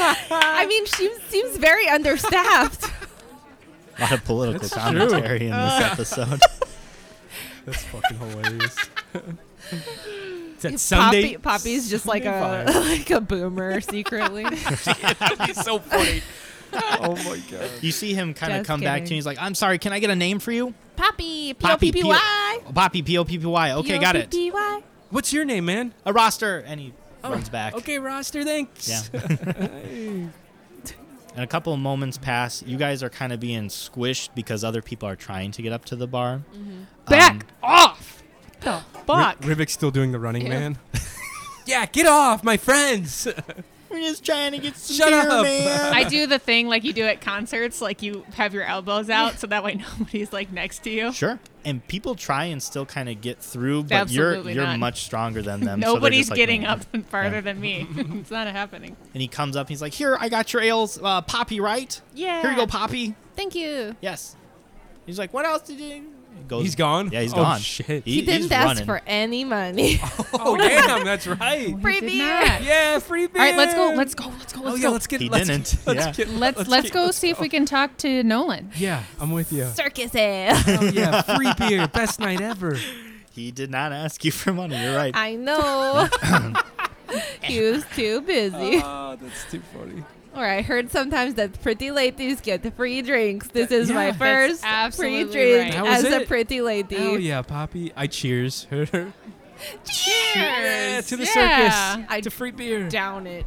Speaker 5: I mean, she seems very understaffed.
Speaker 3: A lot of political
Speaker 4: That's
Speaker 3: commentary in this episode.
Speaker 4: That's fucking hilarious. It's that
Speaker 5: Poppy,
Speaker 4: Sunday.
Speaker 5: Poppy's just like a like a boomer secretly.
Speaker 4: It's so funny. oh my god.
Speaker 3: you see him kind of
Speaker 5: Just
Speaker 3: come back to you.
Speaker 5: kidding.
Speaker 3: He's like, "I'm sorry. Can I get a name for you?
Speaker 5: Poppy, P O
Speaker 3: Poppy
Speaker 5: P P Y.
Speaker 3: P- Poppy P O P P Y. Okay, got it.
Speaker 5: P-O-P-P-Y.
Speaker 4: What's your name, man?
Speaker 3: A roster." And he runs back.
Speaker 4: Okay, roster. Thanks.
Speaker 3: Yeah. and a couple of moments pass. You guys are kind of being squished because other people are trying to get up to the bar.
Speaker 2: Back
Speaker 3: Um,
Speaker 2: off.
Speaker 4: Fuck. Rivik's still doing the running man. yeah, get off, my friends.
Speaker 3: We're just trying to get some
Speaker 4: Shut
Speaker 3: beer,
Speaker 4: up.
Speaker 3: man.
Speaker 6: I do the thing like you do at concerts, like you have your elbows out so that way nobody's like next to you.
Speaker 3: Sure. And people try and still kind of get through, but
Speaker 6: Absolutely
Speaker 3: you're you're
Speaker 6: not.
Speaker 3: much stronger than them. so they're
Speaker 6: Nobody's
Speaker 3: just like,
Speaker 6: getting
Speaker 3: "Mm."
Speaker 6: up and farther than me. it's not happening.
Speaker 2: Oh,
Speaker 3: And he comes up. He's like, "Here, I got your ales, uh, Poppy. Right?
Speaker 6: Yeah.
Speaker 3: Here you go, Poppy.
Speaker 5: Thank you.
Speaker 3: Yes." He's like, "What else did you?" He goes,
Speaker 4: He's gone?
Speaker 3: Yeah, he's
Speaker 4: Oh,
Speaker 3: gone.
Speaker 4: shit.
Speaker 5: He didn't
Speaker 3: he's
Speaker 5: ask
Speaker 3: running.
Speaker 5: for any money.
Speaker 4: Oh damn, that's right.
Speaker 5: Free
Speaker 2: Did
Speaker 5: beer.
Speaker 2: not.
Speaker 4: Yeah, free beer.
Speaker 2: Oh, All right, let's go. Let's go. Let's go.
Speaker 4: Oh
Speaker 2: Let's
Speaker 4: yeah,
Speaker 2: go.
Speaker 4: let's get.
Speaker 3: He
Speaker 4: let's
Speaker 3: didn't.
Speaker 4: Get, let's
Speaker 3: Yeah.
Speaker 4: get.
Speaker 2: let's let's
Speaker 4: get-
Speaker 2: go see if we can talk to Nolan.
Speaker 4: Yeah, I'm with you.
Speaker 5: Circus ale.
Speaker 4: Oh yeah, free beer, best night ever.
Speaker 3: He did not ask you for money. You're right.
Speaker 5: I know. he was too busy.
Speaker 4: Oh, that's too funny.
Speaker 5: or I heard sometimes that pretty ladies get free drinks. This is
Speaker 4: Yeah.
Speaker 5: my
Speaker 4: That's
Speaker 5: first free
Speaker 2: absolutely
Speaker 5: drink
Speaker 2: right.
Speaker 4: That was
Speaker 5: as a
Speaker 4: it.
Speaker 5: pretty lady.
Speaker 4: Hell yeah, Poppy. I cheers her. Yeah, to the
Speaker 2: Yeah.
Speaker 4: circus.
Speaker 5: I-
Speaker 4: to free beer.
Speaker 5: Down it.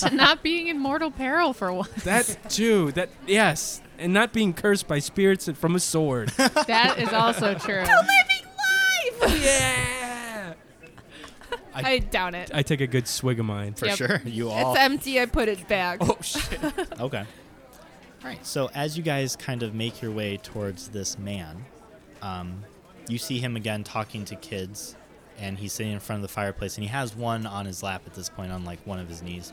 Speaker 2: to not being in mortal peril for once.
Speaker 4: That too. That yes, and not being cursed by spirits from a sword.
Speaker 2: That is also true.
Speaker 5: Living life.
Speaker 4: yeah.
Speaker 5: I down it.
Speaker 4: I take a good swig of mine.
Speaker 3: For
Speaker 2: Yep.
Speaker 3: sure. You all.
Speaker 5: It's empty. I put it back.
Speaker 4: Oh shit.
Speaker 3: Okay. All right. So as you guys kind of make your way towards this man, um, you see him again talking to kids, and he's sitting in front of the fireplace, and he has one on his lap at this point, on like one of his knees.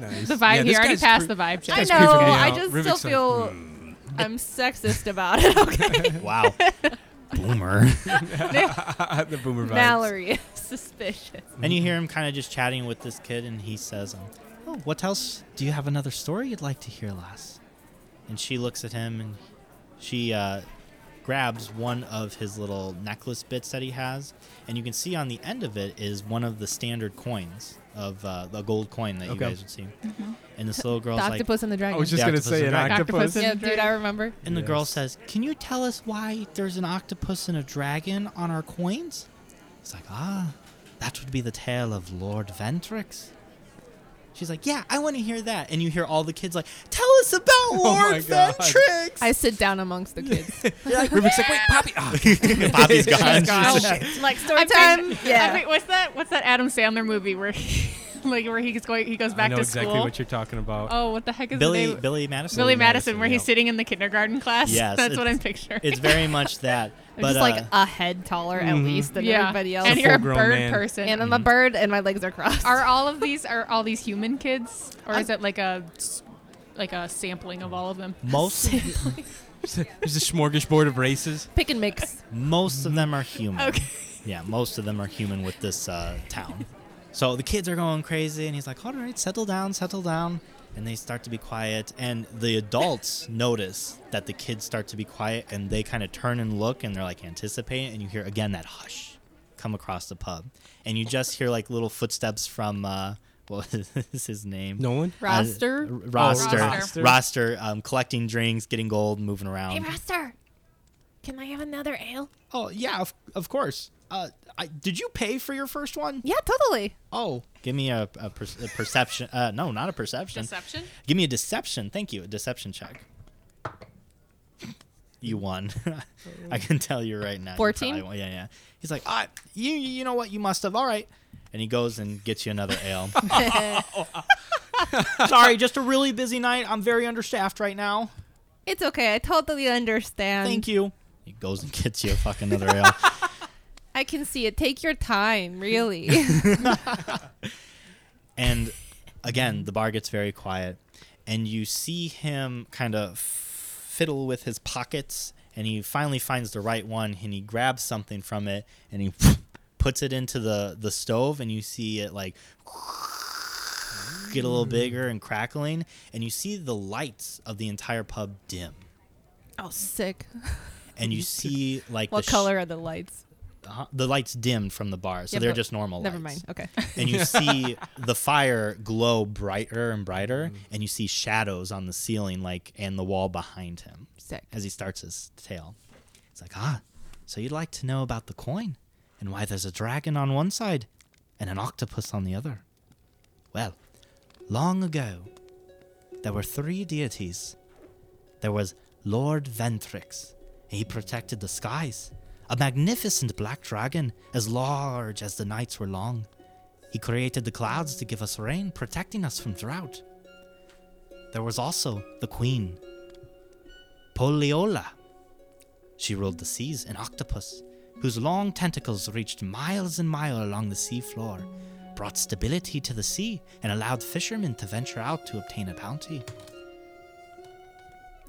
Speaker 4: Nice.
Speaker 2: The vibe.
Speaker 4: Yeah,
Speaker 2: he
Speaker 4: this
Speaker 2: already
Speaker 4: guy's
Speaker 2: passed
Speaker 4: pre-
Speaker 2: the vibe
Speaker 5: I
Speaker 2: check.
Speaker 4: That's
Speaker 5: know.
Speaker 4: creeping me
Speaker 5: I
Speaker 4: out. Hmm.
Speaker 5: just
Speaker 4: Rivik
Speaker 5: still
Speaker 4: said,
Speaker 5: feel I'm sexist about it. Okay,
Speaker 3: Wow. Boomer.
Speaker 4: the boomer vibes.
Speaker 5: Mallory is suspicious.
Speaker 3: and you hear him kind of just chatting with this kid, and he says, um, "Oh, what else? Do you have another story you'd like to hear, lass?" And she looks at him, and she uh, grabs one of his little necklace bits that he has, and you can see on the end of it is one of the standard coins of uh, the gold coin that you
Speaker 4: Okay.
Speaker 3: guys would see. And this little
Speaker 1: the
Speaker 3: girl's like,
Speaker 1: octopus and the dragon.
Speaker 4: Oh,
Speaker 3: just gonna say an
Speaker 2: octopus.
Speaker 1: yeah, dude, I remember.
Speaker 3: and the girl
Speaker 4: Yes.
Speaker 3: says, "Can you tell us why there's an octopus and a dragon on our coins?" It's like, "Ah, that would be the tale of Lord Ventrix." She's like, "Yeah, I want to hear that." And you hear all the kids like, "Tell us about Lord
Speaker 4: my God.
Speaker 3: Ventrix."
Speaker 1: I sit down amongst the kids.
Speaker 4: Rubik's like, wait, Poppy. Ah.
Speaker 3: Bobby's gone.
Speaker 2: gone.
Speaker 5: I'm like story
Speaker 6: I've
Speaker 5: time.
Speaker 6: been-
Speaker 5: yeah.
Speaker 6: Uh, wait, what's that? What's that Adam Sandler movie where, he, like, where he gets going? He goes back
Speaker 4: I know
Speaker 6: to
Speaker 4: exactly
Speaker 6: school.
Speaker 4: what you're talking about.
Speaker 2: Oh, what the heck is the
Speaker 3: Billy
Speaker 2: name?
Speaker 3: Billy Madison.
Speaker 6: Billy Madison, where
Speaker 3: yeah.
Speaker 6: he's sitting in the kindergarten class.
Speaker 3: Yes,
Speaker 6: that's what
Speaker 3: it's-
Speaker 6: I'm picturing.
Speaker 3: It's very much that. But
Speaker 5: just
Speaker 3: uh,
Speaker 5: like "Ah, a head taller
Speaker 4: Mm-hmm.
Speaker 5: at least than
Speaker 6: yeah.
Speaker 5: everybody else.
Speaker 6: and you're a
Speaker 4: full-grown
Speaker 6: bird
Speaker 4: man.
Speaker 6: person.
Speaker 5: And I'm
Speaker 4: Mm-hmm.
Speaker 5: a bird, and my legs are crossed.
Speaker 2: Are all of these are all these human kids, or is it like a s- like a sampling of all of them?
Speaker 3: most
Speaker 4: There's a smorgasbord of races.
Speaker 5: pick and mix.
Speaker 3: Most of them are human. Yeah, most of them are human with this uh, town. So the kids are going crazy, and he's like, all right, settle down, settle down. And they start to be quiet, and the adults notice that the kids start to be quiet, and they kind of turn and look, and they're like anticipating, and you hear again that hush come across the pub. And you just hear like little footsteps from, uh, what is his name?
Speaker 4: No one.
Speaker 3: Uh,
Speaker 1: Roster?
Speaker 3: roster.
Speaker 2: Oh,
Speaker 3: roster.
Speaker 2: Roster.
Speaker 3: um, collecting drinks, getting gold, moving around.
Speaker 5: Roster, can I have another ale?
Speaker 3: Oh yeah, of, of course. Uh, I, did you pay for your first one?
Speaker 5: Yeah, totally.
Speaker 3: Oh, give me a, a, per, a perception. Uh, no, not a perception.
Speaker 2: Deception.
Speaker 3: give me a deception. Thank you. A deception check. You won. I can tell you right now. you
Speaker 1: 14?
Speaker 3: probably won. Yeah, yeah. He's like, ah, you you know what? You must have. All right. And he goes and gets you another ale. Sorry, just a really busy night. I'm very understaffed right now.
Speaker 5: It's okay. I totally understand.
Speaker 3: Thank you. He goes and gets you a fucking another ale.
Speaker 5: I can see it. Take your time, really.
Speaker 3: And again, the bar gets very quiet, and you see him kind of fiddle with his pockets, and he finally finds the right one, and he grabs something from it, and he puts it into the the stove, and you see it like get a little bigger and crackling, and you see the lights of the entire pub dim,
Speaker 5: oh, sick.
Speaker 3: and you see like
Speaker 5: What
Speaker 3: the sh-
Speaker 5: color are the lights?
Speaker 3: uh, the lights dimmed from the bar, so
Speaker 5: Yeah,
Speaker 3: they're
Speaker 5: but-
Speaker 3: just normal.
Speaker 5: Never
Speaker 3: lights.
Speaker 5: mind. Okay.
Speaker 3: and you see the fire glow brighter and brighter, and you see shadows on the ceiling, like and the wall behind him
Speaker 5: Sick.
Speaker 3: as he starts his tale. It's like, ah, so you'd like to know about the coin and why there's a dragon on one side and an octopus on the other. Well, long ago, there were three deities. There was Lord Ventrix. He protected the skies. A magnificent black dragon, as large as the nights were long. He created the clouds to give us rain, protecting us from drought. There was also the Queen, Poliola. She ruled the seas, an octopus whose long tentacles reached miles and miles along the seafloor, brought stability to the sea, and allowed fishermen to venture out to obtain a bounty.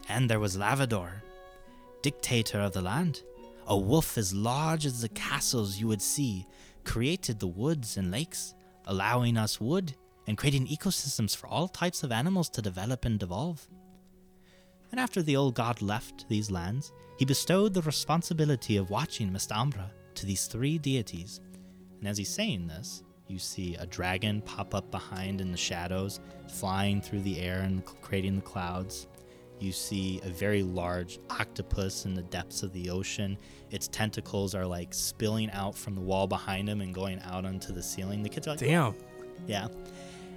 Speaker 3: And there was Lavador, dictator of the land, a wolf as large as the castles you would see, created the woods and lakes, allowing us wood and creating ecosystems for all types of animals to develop and evolve. And after the old god left these lands, he bestowed the responsibility of watching Mistambra to these three deities. And as he's saying this, you see a dragon pop up behind in the shadows, flying through the air and c- creating the clouds. You see a very large octopus in the depths of the ocean. Its tentacles are like spilling out from the wall behind him and going out onto the ceiling. The kids are like,
Speaker 4: Damn.
Speaker 3: yeah.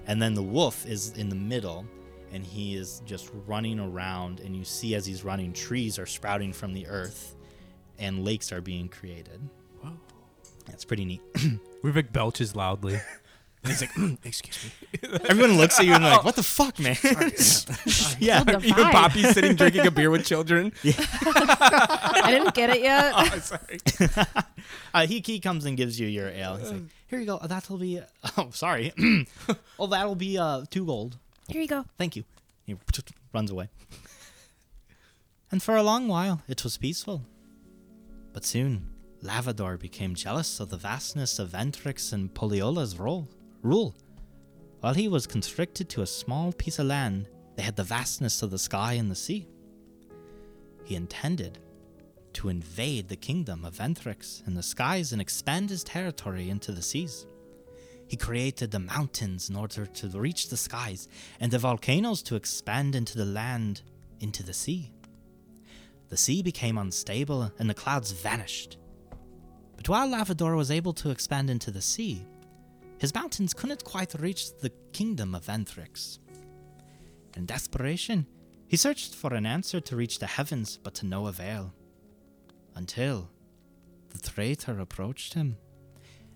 Speaker 3: And then the wolf is in the middle and he is just running around and you see as he's running trees are sprouting from the earth and lakes are being created. That's pretty neat.
Speaker 4: Rubik belches loudly. And he's like, "Mm, excuse me.
Speaker 3: Everyone looks at you and like, "What the fuck, man?" yeah.
Speaker 5: The
Speaker 4: Even
Speaker 5: vibe.
Speaker 4: Poppy's sitting drinking a beer with children.
Speaker 5: I didn't get it yet.
Speaker 4: Oh, sorry.
Speaker 3: Uh, he he comes and gives you your ale. He's like, "Here you go. That'll be oh, sorry. oh, that'll be uh two gold.
Speaker 5: Here you go.
Speaker 3: Thank you." He runs away. And for a long while, it was peaceful. But soon, Lavador became jealous of the vastness of Ventrix and Poliola's role, rule. While he was constricted to a small piece of land, they had the vastness of the sky and the sea. He intended to invade the kingdom of Ventrix and the skies and expand his territory into the seas. He created the mountains in order to reach the skies, and the volcanoes to expand into the land, into the sea. The sea became unstable, and the clouds vanished. But while Lavador was able to expand into the sea, his mountains couldn't quite reach the kingdom of Anthrix. In desperation, he searched for an answer to reach the heavens, but to no avail. Until the traitor approached him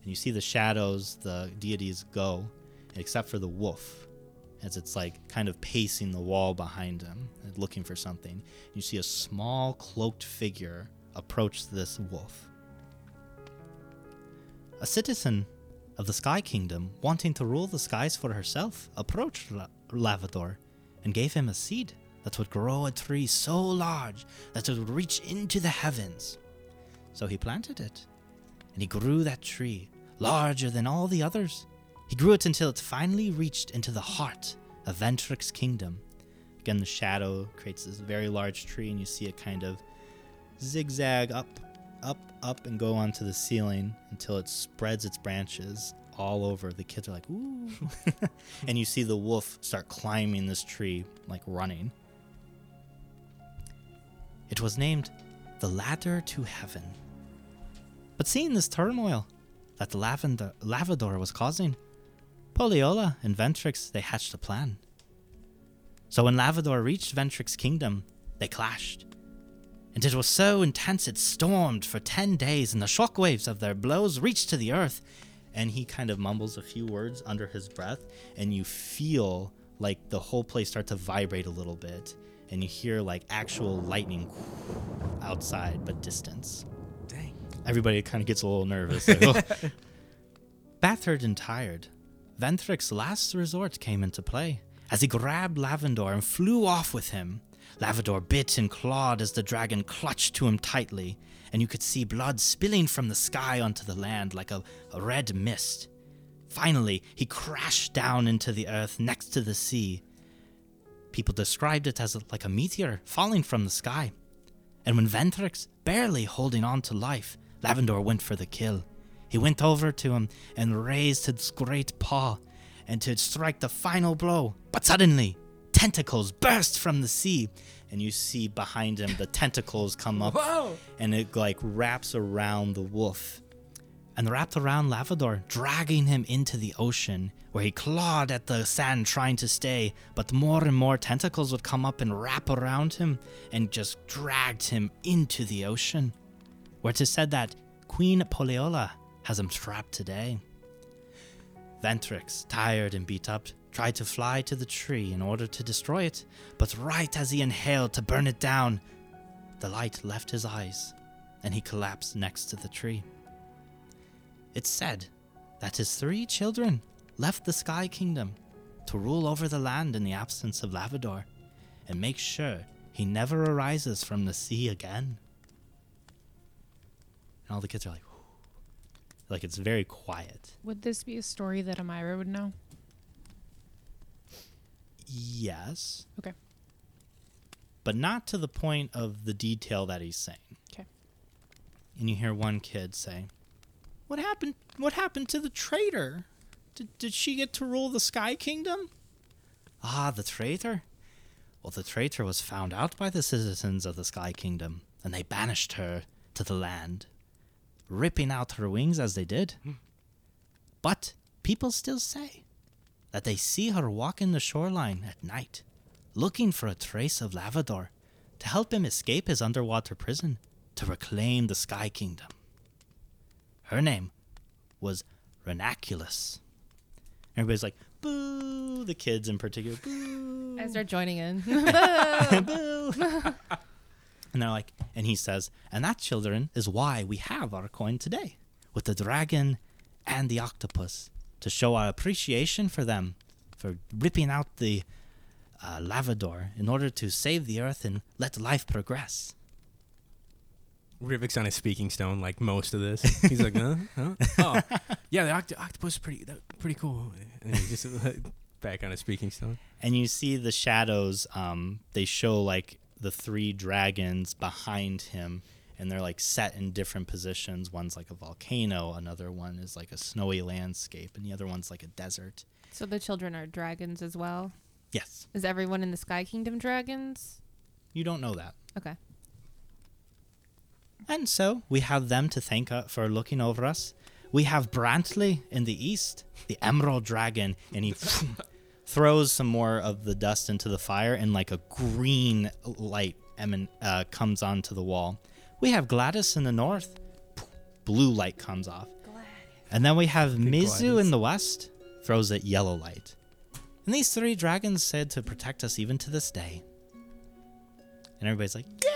Speaker 3: and you see the shadows, the deities go, except for the wolf, as it's like kind of pacing the wall behind him, and looking for something. You see a small cloaked figure approach this wolf. A citizen of the Sky Kingdom, wanting to rule the skies for herself, approached La- Lavador and gave him a seed that would grow a tree so large that it would reach into the heavens. So he planted it and he grew that tree, larger than all the others. He grew it until it finally reached into the heart of Ventric's kingdom. Again, the shadow creates this very large tree, and you see it kind of zigzag up, up, up, and go onto the ceiling until it spreads its branches all over. The kids are like, ooh. and you see the wolf start climbing this tree, like running. It was named the Ladder to Heaven. But seeing this turmoil that Lavender, Lavador was causing, Poliola and Ventrix they hatched a plan. So when Lavador reached Ventrix's kingdom, they clashed. And it was so intense it stormed for 10 days, and the shockwaves of their blows reached to the earth. And he kind of mumbles a few words under his breath, and you feel like the whole place start to vibrate a little bit, and you hear like actual lightning outside, but distance
Speaker 4: Dang.
Speaker 3: everybody kind of gets a little nervous. Like, Battered and tired, Venthric's last resort came into play as he grabbed Lavendor and flew off with him. Lavador bit and clawed as the dragon clutched to him tightly, and you could see blood spilling from the sky onto the land like a, a red mist. Finally, he crashed down into the earth next to the sea. People described it as like a meteor falling from the sky. And when Ventrix, barely holding on to life, Lavendor went for the kill. He went over to him and raised his great paw and to strike the final blow. But suddenly, tentacles burst from the sea, and you see behind him the tentacles come up
Speaker 4: Whoa.
Speaker 3: and it like wraps around the wolf and wrapped around Lavador, dragging him into the ocean, where he clawed at the sand trying to stay, but more and more tentacles would come up and wrap around him and just dragged him into the ocean, where it is said that Queen Poleola has him trapped today. Ventrix, tired and beat up, tried to fly to the tree in order to destroy it, but right as he inhaled to burn it down, the light left his eyes, and he collapsed next to the tree. It's said that his three children left the Sky Kingdom to rule over the land in the absence of Lavador and make sure he never arises from the sea again. And all the kids are like, "Whew." like it's very quiet.
Speaker 2: Would this be a story that Amira would know?
Speaker 3: Yes,
Speaker 2: Okay.
Speaker 3: but not to the point of the detail that he's saying.
Speaker 2: Okay.
Speaker 3: And you hear one kid say, "What happened? What happened to the traitor? Did, did she get to rule the Sky Kingdom?" Ah, the traitor. Well, the traitor was found out by the citizens of the Sky Kingdom, and they banished her to the land, ripping out her wings as they did. But people still say that they see her walking the shoreline at night, looking for a trace of Lavador to help him escape his underwater prison to reclaim the Sky Kingdom. Her name was Renaculus. Everybody's like, boo, the kids in particular, boo.
Speaker 1: As they're joining in.
Speaker 3: Boo. and they're like, and he says, and that, children, is why we have our coin today with the dragon and the octopus to show our appreciation for them for ripping out the uh, lavador in order to save the earth and let life progress.
Speaker 4: Rivik's on a speaking stone, like most of this. He's like, huh? huh? Oh, yeah, the octo- octopus is pretty, that- pretty cool. And he's just like, back on a speaking stone.
Speaker 3: And you see the shadows, um, they show like the three dragons behind him. And they're like set in different positions. One's like a volcano, another one is like a snowy landscape, and the other one's like a desert.
Speaker 5: So the children are dragons as well.
Speaker 3: Yes.
Speaker 5: Is everyone in the Sky Kingdom dragons?
Speaker 3: You don't know that.
Speaker 5: Okay.
Speaker 3: And so we have them to thank uh, for looking over us. We have Brantley in the east, the Emerald Dragon, and he throws some more of the dust into the fire, and like a green light emin- uh, comes onto the wall. We have Gladys in the north, blue light comes off. And then we have Mizu in the west, throws at yellow light. And these three dragons said to protect us even to this day. And everybody's like, yeah!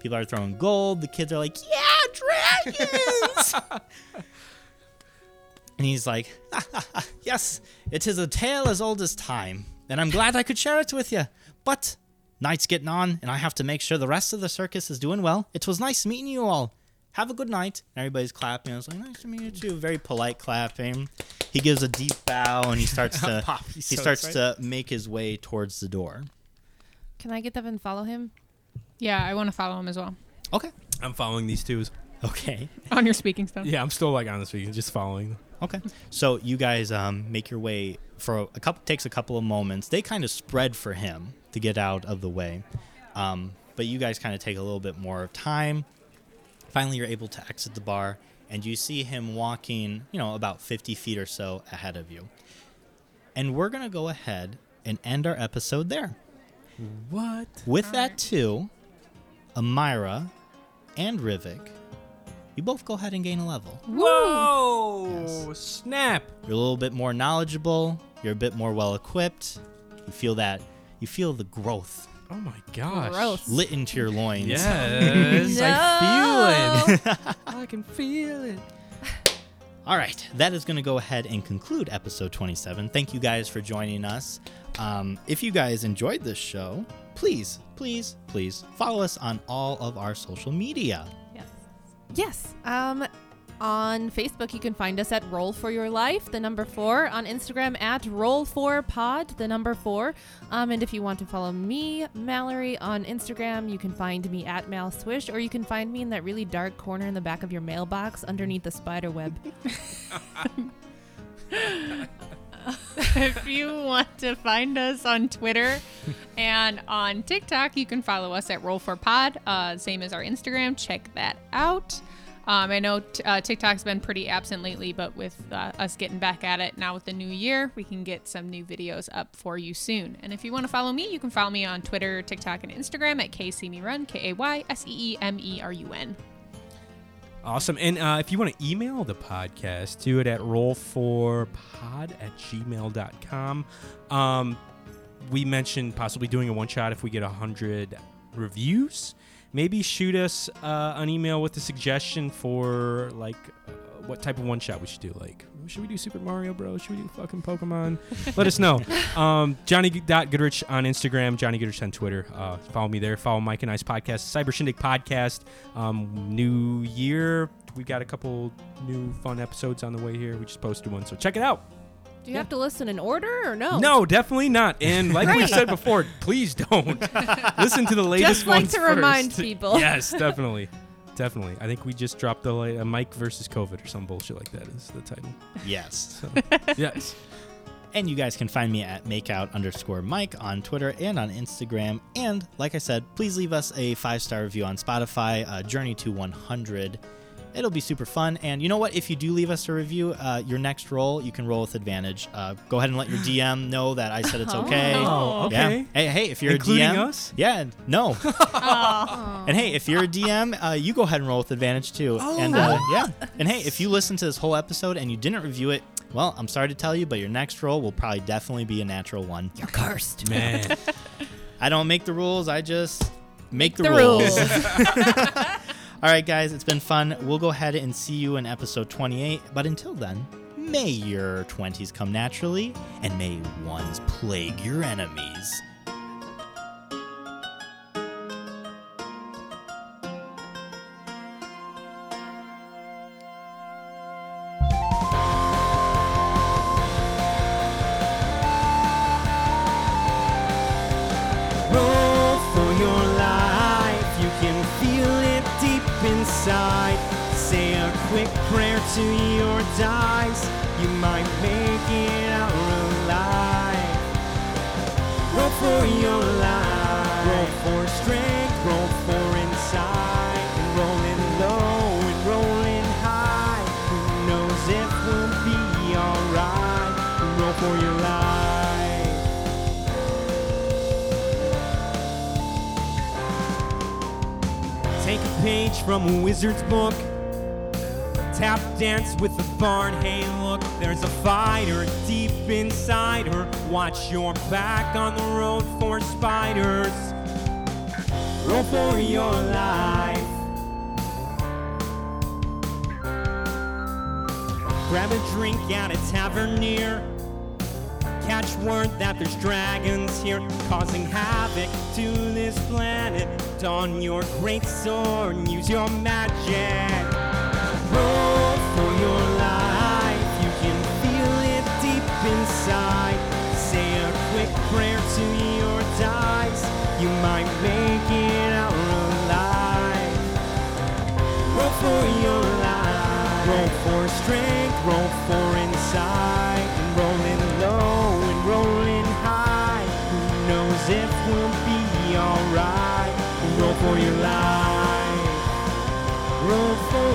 Speaker 3: People are throwing gold. The kids are like, yeah, dragons! and he's like, yes, it is a tale as old as time. And I'm glad I could share it with you. But night's getting on, and I have to make sure the rest of the circus is doing well. It was nice meeting you all. Have a good night. And everybody's clapping. I was like, nice to meet you too. Very polite clapping. He gives a deep bow and he starts to he
Speaker 4: Poppy's so
Speaker 3: starts to make his way towards the door.
Speaker 5: Can I get up and follow him?
Speaker 2: Yeah, I want to follow him as well.
Speaker 3: Okay.
Speaker 4: I'm following these twos.
Speaker 3: Okay.
Speaker 2: On your speaking stone.
Speaker 4: Yeah, I'm still like on the speaking, just following them.
Speaker 3: Okay. So you guys um, make your way for a couple. Takes a couple of moments. They kind of spread for him to get out of the way, um, but you guys kind of take a little bit more of time. Finally, you're able to exit the bar, and you see him walking. You know, about 50 feet or so ahead of you. And we're gonna go ahead and end our episode there.
Speaker 4: What?
Speaker 3: With that too, Amira and Rivik, you both go ahead and gain a level.
Speaker 4: Whoa! Snap!
Speaker 3: You're a little bit more knowledgeable. You're a bit more well equipped. You feel that. You feel the growth
Speaker 4: Oh my gosh.
Speaker 5: Gross.
Speaker 3: lit into your loins.
Speaker 4: Yes, I feel it. I can feel it.
Speaker 3: All right, that is going to go ahead and conclude episode 27. Thank you guys for joining us. Um, if you guys enjoyed this show, please, please, please follow us on all of our social media.
Speaker 5: Yes. Um, on Facebook, you can find us at Roll for Your Life, the number four. On Instagram, at Roll for Pod, the number four. Um, and if you want to follow me, Mallory, on Instagram, you can find me at Mal Swish, or you can find me in that really dark corner in the back of your mailbox underneath the spider web.
Speaker 6: if you want to find us on Twitter and on TikTok, you can follow us at Roll4Pod. Uh, same as our Instagram. Check that out. Um, I know t- uh, TikTok's been pretty absent lately, but with uh, us getting back at it now with the new year, we can get some new videos up for you soon. And if you want to follow me, you can follow me on Twitter, TikTok, and Instagram at KSeeMeRun, K E A Y S E E M E R U N.
Speaker 4: Awesome. And uh, if you want to email the podcast, do it at roll4pod at gmail.com. Um, we mentioned possibly doing a one shot if we get 100 reviews. Maybe shoot us uh, an email with a suggestion for like uh, what type of one shot we should do. Like, should we do Super Mario Bros? Should we do fucking Pokemon? Let us know. Um, Johnny.Goodrich on Instagram, Johnny Goodrich on Twitter. Uh, follow me there. Follow Mike and I's podcast, Cyber Shindig Podcast. Um, new year. We got a couple new fun episodes on the way here. We just posted one, so check it out.
Speaker 5: Do you have to listen in order or no?
Speaker 4: No, definitely not. And like we said before, please don't listen to the latest.
Speaker 5: Just like
Speaker 4: ones
Speaker 5: to remind
Speaker 4: first.
Speaker 5: people.
Speaker 4: Yes, definitely, definitely. I think we just dropped the la- uh, Mike versus COVID or some bullshit like that is the title.
Speaker 3: Yes.
Speaker 4: Yes.
Speaker 3: And you guys can find me at makeout underscore Mike on Twitter and on Instagram. And like I said, please leave us a five star review on Spotify, uh, Journey to 100. It'll be super fun. And you know what? If you do leave us a review, uh, your next roll, you can roll with advantage. Uh, go ahead and let your DM know that I said it's okay.
Speaker 2: Oh, okay.
Speaker 3: Yeah. Hey, hey, if you're
Speaker 2: Including
Speaker 3: a DM.
Speaker 2: us?
Speaker 3: Yeah, no. and hey, if you're a DM, uh, you go ahead and roll with advantage too.
Speaker 2: Oh.
Speaker 3: And uh, yeah. And hey, if you listen to this whole episode and you didn't review it, well, I'm sorry to tell you, but your next roll will probably definitely be a natural one.
Speaker 5: You're cursed.
Speaker 2: Man.
Speaker 3: I don't make the rules, I just make, the,
Speaker 5: the
Speaker 3: rules.
Speaker 5: rules.
Speaker 3: All right, guys, it's been fun. We'll go ahead and see you in episode 28. But until then, may your 20s come naturally and may ones plague your enemies.
Speaker 4: roll for your life. You can feel it deep inside. Say a quick prayer to your dice. You might make it out alive. Roll for your life. Roll for strength. Roll for insight. And rolling low and rolling high. Who knows if we'll be alright? Roll for your life. Take a page from a wizard's book. Tap dance with the bard. Hey, look, there's a fighter deep inside her. Watch your back on the road for spiders. Roll for your life. Grab a drink at a tavern near. Catch word that there's dragons here causing havoc to this planet. Don your great sword and use your magic. Roll for your life, you can feel it deep inside. Say a quick prayer to your dice, you might make it out alive. Roll for your life. Roll for strength. Roll for insight. And rolling low and rolling high. Who knows if we'll be alright? Roll for your life. Roll for